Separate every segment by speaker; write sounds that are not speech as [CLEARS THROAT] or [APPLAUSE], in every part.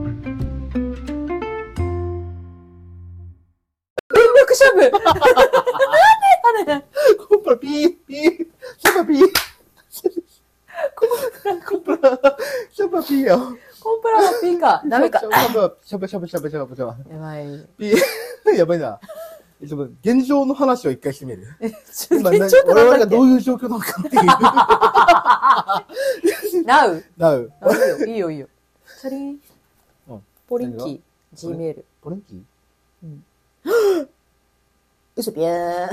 Speaker 1: 部 [LAUGHS] なんであれだ
Speaker 2: コンプラ、ピー、ピー、シャンパピー。コンプラ、シャンパピーよ。
Speaker 1: コンプラはピンか。ダメか
Speaker 2: シ。ャンパ、シャンパ、シャンパ、シャンパ、シャンパ、シャンパ。
Speaker 1: やばい。
Speaker 2: ピー、やばいな。ちょっと現状の話を一回してみる。
Speaker 1: え、 [LAUGHS] ちょっと、
Speaker 2: 今、
Speaker 1: ちょっ
Speaker 2: な
Speaker 1: と
Speaker 2: 我々
Speaker 1: な
Speaker 2: が
Speaker 1: んだ
Speaker 2: ど
Speaker 1: っ
Speaker 2: ういう状況なのかってい
Speaker 1: け。
Speaker 2: う。
Speaker 1: なう。
Speaker 2: なう。
Speaker 1: なうよ。いいよ、いいよ。チャリーン
Speaker 2: うん。
Speaker 1: ポリン
Speaker 2: 何
Speaker 1: キー、Gmail。
Speaker 2: ポレンキ
Speaker 1: 嘘ぴゃーん。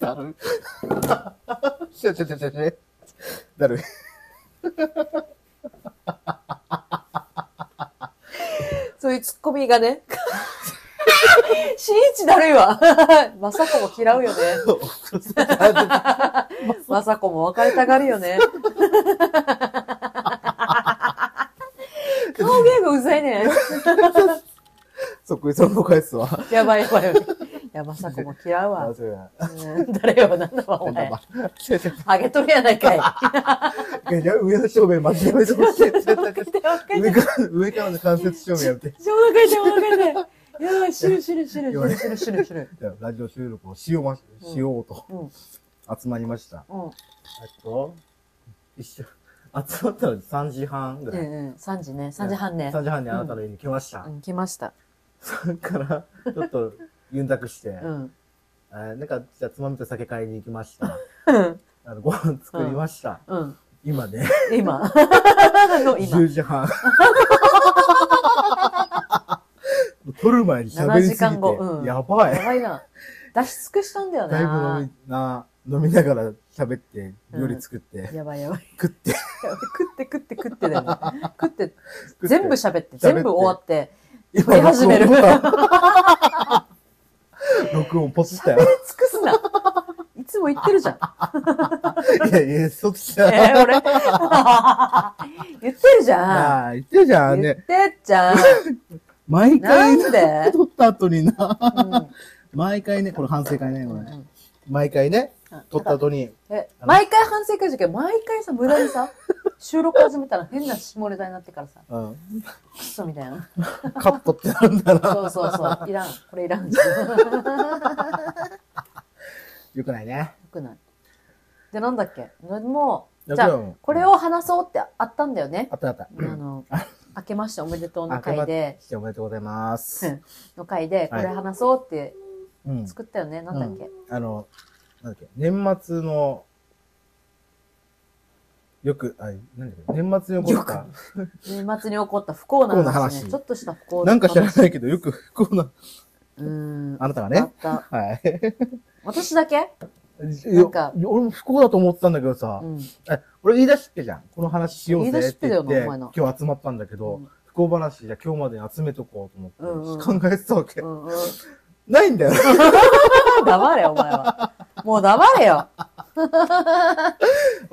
Speaker 2: だる。シャシャシャシャシャ。だる。
Speaker 1: そういうツッコミがね。 [LAUGHS] しんいちだるいわ。 [LAUGHS] まさこも嫌うよね。まさこも別れたがるよね。顔芸がうざいね。
Speaker 2: そっくりその返すわ。
Speaker 1: やばいやばい。いや、まさこも嫌う
Speaker 2: あ
Speaker 1: [LAUGHS] わ。
Speaker 2: そうや
Speaker 1: うん誰よ、なんだわ、お前。あげとるやないかい。
Speaker 2: いや上の正面マジやめてほしい。
Speaker 1: 手をかいて
Speaker 2: 上から、上からの関節照明やめて。
Speaker 1: ちょうどかいて、お腹痛いいやー、シュルシュルシュルシュルシュルシュルシュル。
Speaker 2: じゃあラジオ収録をしようま、しようと
Speaker 1: うん。
Speaker 2: 集まりました。
Speaker 1: うん。
Speaker 2: えっと、一緒、集まったの3時半ぐ
Speaker 1: う
Speaker 2: らい。
Speaker 1: んうん。3時ね。3時半ね。
Speaker 2: 3時半にあなたの家に来ました
Speaker 1: う。ん、来ました。
Speaker 2: それから、ちょっと、ゆんたくして、
Speaker 1: うん。
Speaker 2: えーなんか、じゃあつまみと酒買いに行きました。
Speaker 1: うん。 [LAUGHS]
Speaker 2: あのご飯作りました。
Speaker 1: うん。
Speaker 2: 今ね、
Speaker 1: 今。 [LAUGHS] の今。
Speaker 2: 10時半。 [LAUGHS] 撮る前に喋りす
Speaker 1: 7
Speaker 2: ぎ
Speaker 1: 時
Speaker 2: て、
Speaker 1: 間後うん
Speaker 2: やばい
Speaker 1: や。ばいな。出し尽くしたんだよ
Speaker 2: だいぶ
Speaker 1: な
Speaker 2: 飲。みな、飲みながら喋って、料理作って、
Speaker 1: やばいやばい。
Speaker 2: 食って、
Speaker 1: 食って食って食ってだよ [LAUGHS] ね。食って、
Speaker 2: って
Speaker 1: 全部喋って、
Speaker 2: 喋って
Speaker 1: 全部終わって、
Speaker 2: 今
Speaker 1: 食い始める。
Speaker 2: 録音
Speaker 1: 尽
Speaker 2: [LAUGHS] 録音ポスったよ。
Speaker 1: くす [LAUGHS] な。いつも言ってるじゃん。
Speaker 2: いやいや、そっち
Speaker 1: え
Speaker 2: だ。
Speaker 1: ー、俺。言ってるじゃん。
Speaker 2: ああ、言ってるじゃん
Speaker 1: 言っ
Speaker 2: ね。
Speaker 1: てっじゃん。
Speaker 2: 毎回
Speaker 1: なんで
Speaker 2: 撮った後にな、
Speaker 1: うん
Speaker 2: 毎回ね、これ反省会ね、こ
Speaker 1: う
Speaker 2: れ
Speaker 1: んう。ん
Speaker 2: 毎回ね、撮った後に、
Speaker 1: え、毎回反省会じゃけど、毎回さ、無駄にさ、収録始めたら変な下ネタになってからさ、
Speaker 2: うん、
Speaker 1: クソみたいな。
Speaker 2: カットってなるんだな。
Speaker 1: そうそうそう。いらん。これいらん。よ
Speaker 2: よくないね。
Speaker 1: くない。で、なんだっけもう、
Speaker 2: だ
Speaker 1: じ
Speaker 2: か
Speaker 1: ゃ
Speaker 2: ら
Speaker 1: あ、これを話そうってあったんだよね。
Speaker 2: あったあった。
Speaker 1: あの、明けましておめでとうの
Speaker 2: ま
Speaker 1: 会で、
Speaker 2: しておめでとうございます。
Speaker 1: の会で、これ話そうって
Speaker 2: うん。
Speaker 1: 作ったよね。なんだっけ
Speaker 2: あの、なんだっけ、年末の、よく、あ、なんだっけ、年末に起こった、
Speaker 1: 年末に起こった不幸な
Speaker 2: 不幸な
Speaker 1: 話
Speaker 2: 話
Speaker 1: ね。ちょっとした不幸
Speaker 2: なんか知ら
Speaker 1: い。
Speaker 2: ないけど、よく不幸な、
Speaker 1: うーん。
Speaker 2: あなたが
Speaker 1: あ
Speaker 2: ね
Speaker 1: っ。た。 [LAUGHS]
Speaker 2: はい。
Speaker 1: 私だけ
Speaker 2: なん
Speaker 1: か
Speaker 2: 俺も不幸だと思ってたんだけどさ
Speaker 1: う、ん。
Speaker 2: え俺言い出しっぺじゃん。この話しようぜって
Speaker 1: 言い
Speaker 2: 言っ
Speaker 1: 出しっぺだよ
Speaker 2: て、
Speaker 1: なお前の
Speaker 2: 今日集まったんだけど、
Speaker 1: うん
Speaker 2: 不幸話じゃ今日までに集めとこうと思って、
Speaker 1: うんうん
Speaker 2: 考えてたわけ。
Speaker 1: うんうん。
Speaker 2: ないんだよ。 [LAUGHS]
Speaker 1: 黙れ、お前は。もう黙れよ。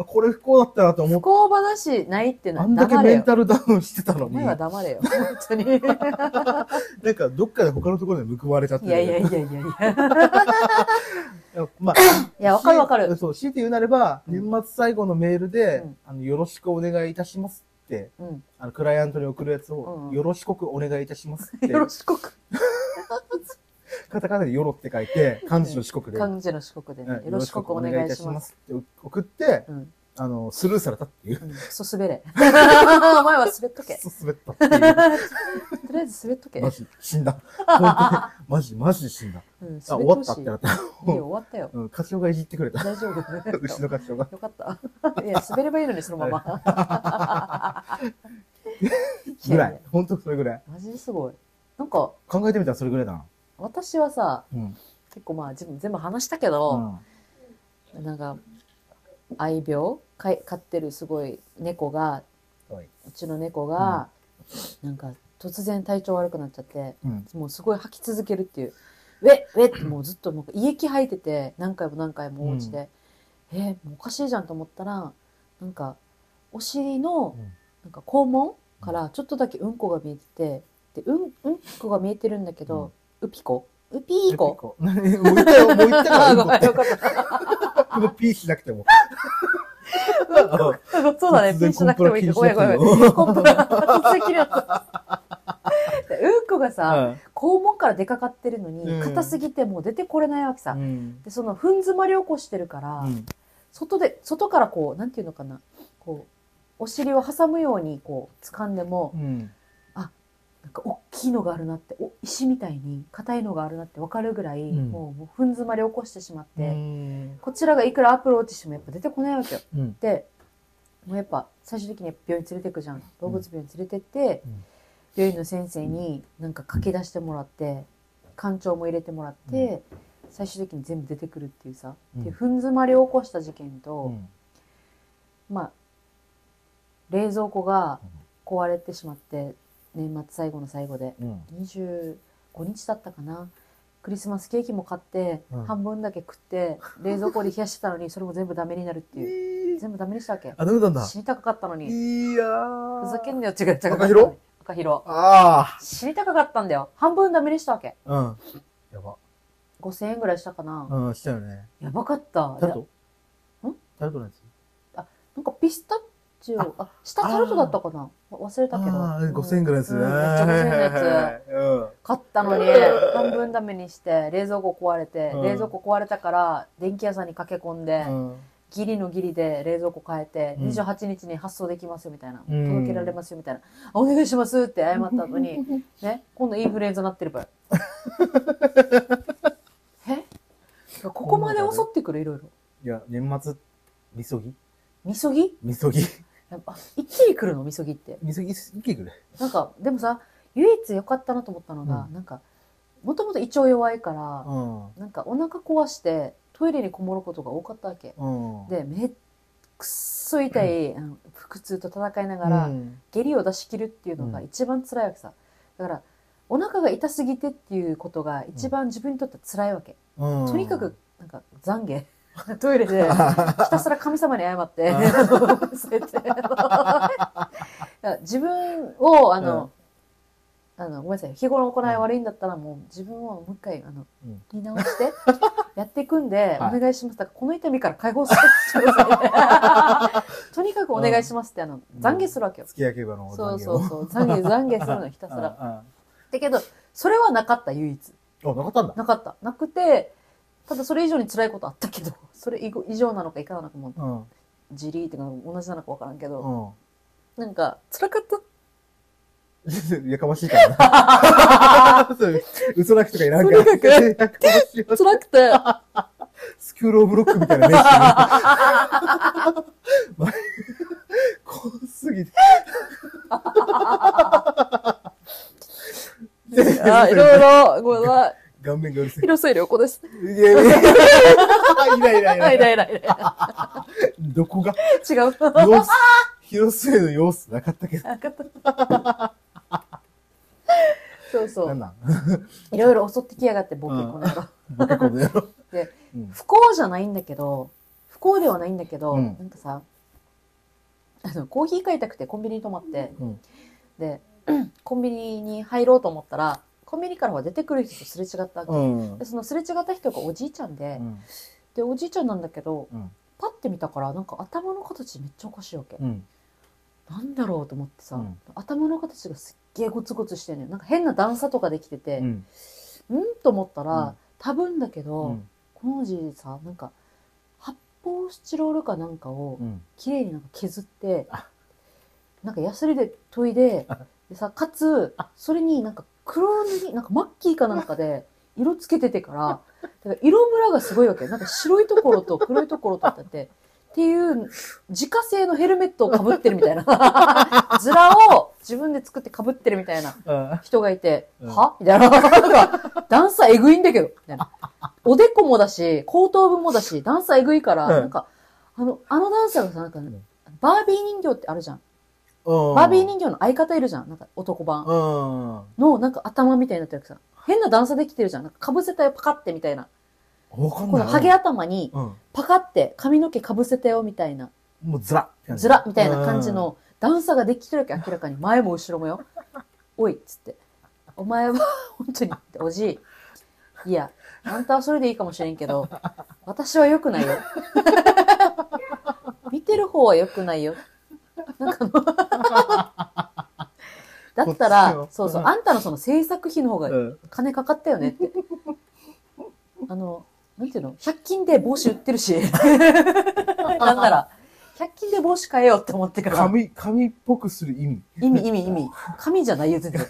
Speaker 2: これ不幸だったなと
Speaker 1: 不
Speaker 2: 思って、
Speaker 1: 幸話ないっての
Speaker 2: あ
Speaker 1: は
Speaker 2: んだけ
Speaker 1: 黙れ
Speaker 2: メン
Speaker 1: よ。
Speaker 2: タルダウンしてたの
Speaker 1: お
Speaker 2: に、
Speaker 1: 前は
Speaker 2: な
Speaker 1: 黙れよ。本当に。
Speaker 2: [LAUGHS] んかどっかで他のところで報われちゃって
Speaker 1: い
Speaker 2: る。
Speaker 1: やいやいやいやいや。
Speaker 2: まあ、
Speaker 1: [LAUGHS] いや、わかるわかる。
Speaker 2: そう、強いて言うなれば、
Speaker 1: うん
Speaker 2: 年末最後のメールで、
Speaker 1: うん
Speaker 2: あの、よろしくお願いいたしますって、
Speaker 1: うん。
Speaker 2: あの、クライアントに送るやつ
Speaker 1: うん
Speaker 2: を、
Speaker 1: うん
Speaker 2: よろしくお願いいたしますって、
Speaker 1: よろしく。
Speaker 2: カタカナでよろって書いて、漢字の四国で、
Speaker 1: 漢字の四国でね。
Speaker 2: うん
Speaker 1: よろしくお願いします。
Speaker 2: すって送って、
Speaker 1: うん。
Speaker 2: あの、スルーされたっていう。
Speaker 1: うん。クソ滑れ。お [LAUGHS] 前は滑っとけ。
Speaker 2: そう滑ったっていう。
Speaker 1: [LAUGHS] とりあえず滑っとけ。う
Speaker 2: マ
Speaker 1: ん、
Speaker 2: ジ、死
Speaker 1: [LAUGHS]
Speaker 2: んだ。本当に、マジ、マジで死んだ。
Speaker 1: 滑って
Speaker 2: あ、終わ
Speaker 1: ほ
Speaker 2: っ
Speaker 1: しい。
Speaker 2: たってなった。
Speaker 1: いいよ、終わったよ。
Speaker 2: うん、課長がいじってくれた。
Speaker 1: 大丈夫。
Speaker 2: うちの課長が。
Speaker 1: よかった。いや、滑ればいいのに、そのまま。
Speaker 2: [LAUGHS] ぐらい。。本当それぐらい。
Speaker 1: マジですごい。なんか、
Speaker 2: 考えてみたらそれぐらいだな。
Speaker 1: 私はさ、
Speaker 2: うん。
Speaker 1: 結構まあ、自分全部話したけど、なんか、愛病かい飼ってるすごい猫が、
Speaker 2: うん。はい。
Speaker 1: うちの猫が、なんか、突然体調悪くなっちゃって、
Speaker 2: うん。
Speaker 1: もうすごい吐き続けるっていう。ウェッ、ウェッってもうずっともう胃液吐いてて、何回も何回もお家で、えーもうおかしいじゃんと思ったら、なんか、お尻の
Speaker 2: うん、
Speaker 1: なんか肛門からちょっとだけうんこが見えてて、で、うん、うんこが見えてるんだけど、うぴこうぴーこ [LAUGHS]
Speaker 2: もう言ったよ、もう言ったから
Speaker 1: あ、
Speaker 2: うん
Speaker 1: ご
Speaker 2: こ
Speaker 1: め
Speaker 2: っ
Speaker 1: ん、よ
Speaker 2: て。
Speaker 1: かった。
Speaker 2: 今ピーしなく
Speaker 1: [LAUGHS]
Speaker 2: ても。
Speaker 1: そうだね、ピンしなくてもいいけど、ごめんごめん。コンプラ、突然切れた。うんこがさ、肛門から出かかってるの
Speaker 2: う
Speaker 1: に、
Speaker 2: ん
Speaker 1: 硬すぎてもう出てこれないわけさ。
Speaker 2: うん
Speaker 1: で、その、ふん詰まりを起こしてるから、
Speaker 2: うん
Speaker 1: 外で、外からこう、なんていうのかな、こう、お尻を挟むようにこう、掴んでも
Speaker 2: う、ん
Speaker 1: なんか大きいのがあるなって、お石みたいに硬いのがあるなってわかるぐらい、
Speaker 2: うん
Speaker 1: もう、もうふん詰まりを起こしてしまって、
Speaker 2: うん
Speaker 1: こちらがいくらアプローチしてもやっぱ出てこないわけよ。
Speaker 2: うん
Speaker 1: で、もうやっぱ最終的に病院連れてくじゃん。動物病院連れてって、
Speaker 2: うん
Speaker 1: 病院の先生になんか書き出してもらって、肝腸も入れてもらって、最終的に全部出てくるっていうさ、
Speaker 2: うん
Speaker 1: っていうふん詰まりを起こした事件
Speaker 2: う
Speaker 1: と、
Speaker 2: ん
Speaker 1: まあ、冷蔵庫が壊れてしまって、年末最後の最後で、
Speaker 2: うん
Speaker 1: 25日だったかなクリスマスケーキも買って、
Speaker 2: うん
Speaker 1: 半分だけ食って冷蔵庫で冷やしてたのにそれも全部ダメになるっていう全部ダメにしたわけ
Speaker 2: あ、ダメなんだ。
Speaker 1: 死に高かったのに
Speaker 2: いや
Speaker 1: ふ
Speaker 2: ー。
Speaker 1: ざけんなよ違う違う
Speaker 2: 赤広
Speaker 1: 赤広
Speaker 2: あ
Speaker 1: 死に高かったんだよ半分ダメにしたわけ
Speaker 2: あ。うん。やば。
Speaker 1: 5000円ぐらいしたかな、
Speaker 2: うん、したよね。
Speaker 1: やばかった
Speaker 2: タルト
Speaker 1: ん
Speaker 2: タルトのやつ
Speaker 1: なんかピスタチオあ下タルトだったかな忘れたけど
Speaker 2: ああ、5000円ぐらいですね。
Speaker 1: うんめっちゃ5000円のや
Speaker 2: つ。うん。
Speaker 1: 買ったのに
Speaker 2: うん
Speaker 1: 半分ダメにして冷蔵庫壊れて、
Speaker 2: うん
Speaker 1: 冷蔵庫壊れたから電気屋さんに駆け込んで、
Speaker 2: うん
Speaker 1: ギリのギリで冷蔵庫変えて、
Speaker 2: うん
Speaker 1: 28日に発送できますよみたいな、
Speaker 2: うん
Speaker 1: 届けられますよみたいな、あお願いしますって謝った後
Speaker 2: [LAUGHS]
Speaker 1: に、ね、今度インフルエンザなってるから。えここまで襲ってくるいろいろ。
Speaker 2: いや、年末、みそぎ
Speaker 1: みそぎ
Speaker 2: みそぎ
Speaker 1: やっぱ一気に来るのみそぎって。
Speaker 2: みそぎ、いけぐらい。
Speaker 1: なんか、でもさ、唯一良かったなと思ったのが、
Speaker 2: う
Speaker 1: なんか、もともと胃腸弱いから、
Speaker 2: うん。
Speaker 1: なんかお腹壊してトイレにこもることが多かったわけ。
Speaker 2: うん。
Speaker 1: で、めっくっそ痛い、あの腹痛と戦いながら、
Speaker 2: うん
Speaker 1: 下痢を出し切るっていうのが一番辛いわけさ、だからお腹が痛すぎてっていうことが一番自分にとって辛いわけ、
Speaker 2: うん
Speaker 1: とにか
Speaker 2: [LAUGHS]
Speaker 1: く、なんか懺悔 [LAUGHS] トイレでひたすら神様に謝って
Speaker 2: あ
Speaker 1: そうやって自分をあの、あのごめんなさい日頃の行い悪いんだったらもう自分をもう一回あの、
Speaker 2: うん
Speaker 1: 見直して
Speaker 2: [LAUGHS]
Speaker 1: やっていくんで、
Speaker 2: はい
Speaker 1: お願いしますだからこの痛みから解放させてくださ
Speaker 2: [LAUGHS]
Speaker 1: いとにかくお願いしますってあの懺悔するわけよ、
Speaker 2: 付き焼けばの
Speaker 1: そうそうそう。懺悔、懺悔するのひ
Speaker 2: [LAUGHS]
Speaker 1: たすら。
Speaker 2: ら。
Speaker 1: だけど、それはなかった、唯一。
Speaker 2: うんあ、なかったんだ。
Speaker 1: なかった。なくて、ただそれ以上に辛いことあったけど、 [LAUGHS] それ以後以上なのかいかがなのかも、
Speaker 2: うん。
Speaker 1: じりーってか同じなのかわからんけど、
Speaker 2: う
Speaker 1: なんか、辛かった。
Speaker 2: ん。 [LAUGHS] やかましいからな。 [LAUGHS] そう嘘なくとかいらんから。
Speaker 1: とにかく
Speaker 2: やかましいわ
Speaker 1: 辛く
Speaker 2: [LAUGHS]
Speaker 1: て、
Speaker 2: スクールオブロックみたいな名刺に前怖すぎて。
Speaker 1: [LAUGHS] あいろいろ、ごめんなさい。
Speaker 2: [LAUGHS] 顔面がうるせえ。
Speaker 1: 広末涼子です。
Speaker 2: いやいやいやいないいないい
Speaker 1: は、
Speaker 2: ない
Speaker 1: [LAUGHS] な
Speaker 2: い
Speaker 1: いないない。
Speaker 2: どこが
Speaker 1: 違う。
Speaker 2: 様子、広末の様子なかったけど。
Speaker 1: [LAUGHS] なかった。そうそ
Speaker 2: なん
Speaker 1: う。
Speaker 2: なん
Speaker 1: いろいろ襲ってきやがって、僕、
Speaker 2: うん
Speaker 1: この野郎。
Speaker 2: ボケこの野郎。
Speaker 1: [LAUGHS] で
Speaker 2: うん、
Speaker 1: 不幸じゃないんだけど、不幸ではないんだけど、
Speaker 2: うん
Speaker 1: なんかさ、あの、コーヒー買いたくてコンビニに泊まって、
Speaker 2: うん
Speaker 1: で、コンビニに入ろうと思ったら、コンビニからは出てくる人とすれ違ったわけ、
Speaker 2: うん。
Speaker 1: で、そのすれ違った人がおじいちゃんで、
Speaker 2: うん
Speaker 1: で、おじいちゃんなんだけど、
Speaker 2: うん
Speaker 1: パッて見たから、なんか頭の形めっちゃおかしいわけ。
Speaker 2: うん。
Speaker 1: なんだろうと思ってさ、
Speaker 2: うん
Speaker 1: 頭の形がすっげえゴツゴツしてんのよ。なんか変な段差とかできてて、
Speaker 2: う
Speaker 1: うん、
Speaker 2: ん。
Speaker 1: と思ったら、
Speaker 2: うん
Speaker 1: 多分だけど、
Speaker 2: うん
Speaker 1: この字さなんか発泡スチロールかなんかを
Speaker 2: うん。
Speaker 1: 綺麗になんか削って
Speaker 2: あ
Speaker 1: なんかヤスリで研いで
Speaker 2: あ
Speaker 1: でさかつそれになんか黒塗りなんかマッキーかなんか
Speaker 2: [LAUGHS]
Speaker 1: で色つけててからだから色ムラがすごいわけなんか白いところ
Speaker 2: [LAUGHS]
Speaker 1: と黒いところとってあってっていう自家製のヘルメットをかぶってるみたいな
Speaker 2: [LAUGHS]
Speaker 1: ヅラを自分で作ってかぶってるみたいな
Speaker 2: あ
Speaker 1: 人がいて、
Speaker 2: うん
Speaker 1: はみたいな。なんか、段差えぐいんだけど、みたいな。おでこもだし、後頭部もだし、段差えぐいから、
Speaker 2: うん
Speaker 1: なんか、あの、あの段差がさ、なんか、
Speaker 2: ん
Speaker 1: バービー人形ってあるじゃん。
Speaker 2: うん
Speaker 1: バービー人形の相方いるじゃん。なんか、男版
Speaker 2: うん。
Speaker 1: の、なんか頭みたいになってるわけさ。変な段差できてるじゃん。なんか、被せたよ、パカってみたいな。
Speaker 2: わかん
Speaker 1: こ
Speaker 2: な
Speaker 1: の
Speaker 2: い。
Speaker 1: ハゲ頭に、
Speaker 2: うん。
Speaker 1: パカって髪の毛被せたよ、みたいな。
Speaker 2: もうずら
Speaker 1: ずらみたいな感じ。の段差ができてるわけ、明らかに。前も後ろもよ。 [LAUGHS] おいっつって。お前は、本当に、おじい。いや、あんたはそれでいいかもしれんけど、私は良くないよ。 [LAUGHS]
Speaker 2: [LAUGHS]
Speaker 1: 見てる方は良くないよ。なんかあの、だった
Speaker 2: こっ
Speaker 1: ら、
Speaker 2: ちの
Speaker 1: そうそう、
Speaker 2: うん
Speaker 1: あんたのその制作費の方
Speaker 2: う
Speaker 1: が
Speaker 2: ん。
Speaker 1: 金かかったよねっ
Speaker 2: [LAUGHS]
Speaker 1: て。あの、なんていうの ?100 均で帽子売ってる
Speaker 2: [LAUGHS]
Speaker 1: し。なんなら、100均で帽子買えよって思ってから。
Speaker 2: 紙、紙っぽくする意味。
Speaker 1: 意味意味意味。紙じゃないよ、全然。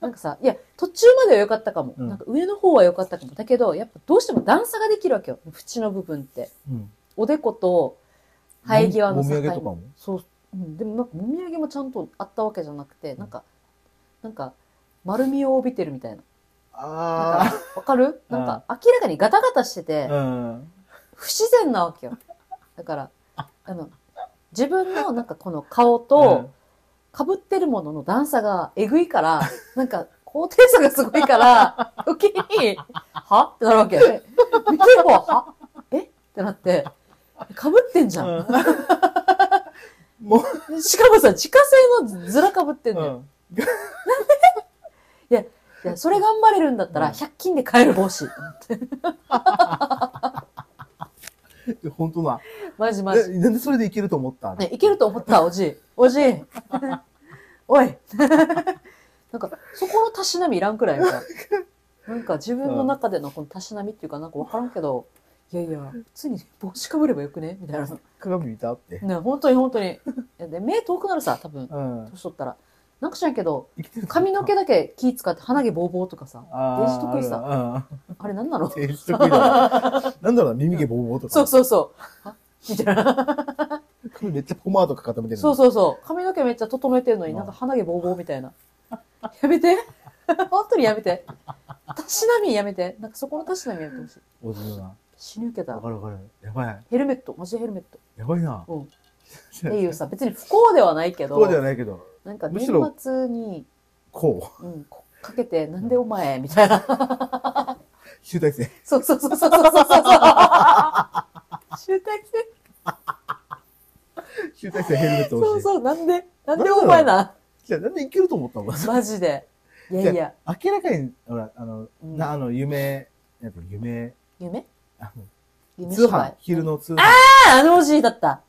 Speaker 1: なんかさ、いや、途中までは良かったかも。
Speaker 2: うん
Speaker 1: なんか上の方は良かったかも。だけど、やっぱどうしても段差ができるわけよ。縁の部分って。
Speaker 2: うん。
Speaker 1: おでこと生え際の
Speaker 2: もみ
Speaker 1: 境
Speaker 2: あげとか
Speaker 1: 目
Speaker 2: も。
Speaker 1: そう、うん、でもなんかもみあげもちゃんとあったわけじゃなくて、なんか、なんか、丸みを帯びてるみたいな。なん
Speaker 2: あ
Speaker 1: か、わかるなんか、明らかにガタガタしてて、
Speaker 2: あ。うん。
Speaker 1: 不自然なわけよ。だ
Speaker 2: [LAUGHS]
Speaker 1: から、あの、自分のなんかこの顔と、被ってるものの段差がえぐい
Speaker 2: [LAUGHS]
Speaker 1: から、なんか、高低差がすごいから、余計に、はってなるわけ。
Speaker 2: [LAUGHS]
Speaker 1: で見てる方は、はえってなって、被ってんじ
Speaker 2: う
Speaker 1: ゃ
Speaker 2: ん、
Speaker 1: ん。
Speaker 2: うん。も
Speaker 1: [LAUGHS] しかもさ、自家製のずらかぶって
Speaker 2: う、
Speaker 1: んのよ。
Speaker 2: ん。
Speaker 1: いや、それ頑張れるんだった
Speaker 2: う
Speaker 1: ら、
Speaker 2: ん
Speaker 1: 100均で買える帽子。
Speaker 2: で本当だ。
Speaker 1: マジマジ。
Speaker 2: えなんでそれでいけると思った
Speaker 1: ね、いけると思った、おじい。おじい。おい。 [LAUGHS] なんか、そこのたしなみいらんくらいみたいな。なんか、自分の中でのこのたしなみっていうか、なんかわからんけど、いやいや、普通に帽子かぶればよくねみたいな。
Speaker 2: 鏡見たって。
Speaker 1: ね、本当に本当に。いやで、目遠くなるさ、多分。
Speaker 2: うん。
Speaker 1: 年取ったら。なんか知らんけど、
Speaker 2: 生きてると思った
Speaker 1: 髪の毛だけ気使って鼻毛ボーボーとかさ。
Speaker 2: あ
Speaker 1: 電子得意さ
Speaker 2: さ。
Speaker 1: あれなんなの
Speaker 2: うん。電子得意
Speaker 1: [LAUGHS]
Speaker 2: だね。なんだろうな、耳毛ボーボーとか。
Speaker 1: そうそうそう。みたいな。
Speaker 2: 髪めっちゃポマードか固めてるの
Speaker 1: そうそうそう。髪の毛めっちゃ整えてるのに
Speaker 2: うん
Speaker 1: なんか鼻毛ボーボーみたいな。やめて。本当にやめて。たしなみやめて。なんかそこのたしなみやめてほしい。
Speaker 2: おじいな。
Speaker 1: 死ぬけ
Speaker 2: わ
Speaker 1: ど。
Speaker 2: かるわかる。やばい。
Speaker 1: ヘルメット。マジヘルメット。
Speaker 2: やばいな。 [LAUGHS]
Speaker 1: うん
Speaker 2: って
Speaker 1: っていうさ、別に不幸ではないけど、
Speaker 2: そうではないけど、
Speaker 1: なんか
Speaker 2: む
Speaker 1: 年
Speaker 2: しろ
Speaker 1: 末に、
Speaker 2: こう。
Speaker 1: うん、こかけて、なんでお前みたいな。
Speaker 2: 集大成。 [LAUGHS]
Speaker 1: そうそうそうそうそうそうそう。集大成
Speaker 2: 集大成ヘルメット
Speaker 1: そ
Speaker 2: 欲
Speaker 1: う
Speaker 2: しい。
Speaker 1: そう、なんで、なんでお前な。
Speaker 2: じゃあなんでいけると思ったの
Speaker 1: マジで。いやいや、
Speaker 2: 明らかに、ほら、あの、
Speaker 1: うん
Speaker 2: な、あの、夢、なんか夢、
Speaker 1: 夢
Speaker 2: あの
Speaker 1: 夢
Speaker 2: 通
Speaker 1: 芝
Speaker 2: 販
Speaker 1: 居、。
Speaker 2: 昼の通販。
Speaker 1: ああ、あのおじいだった。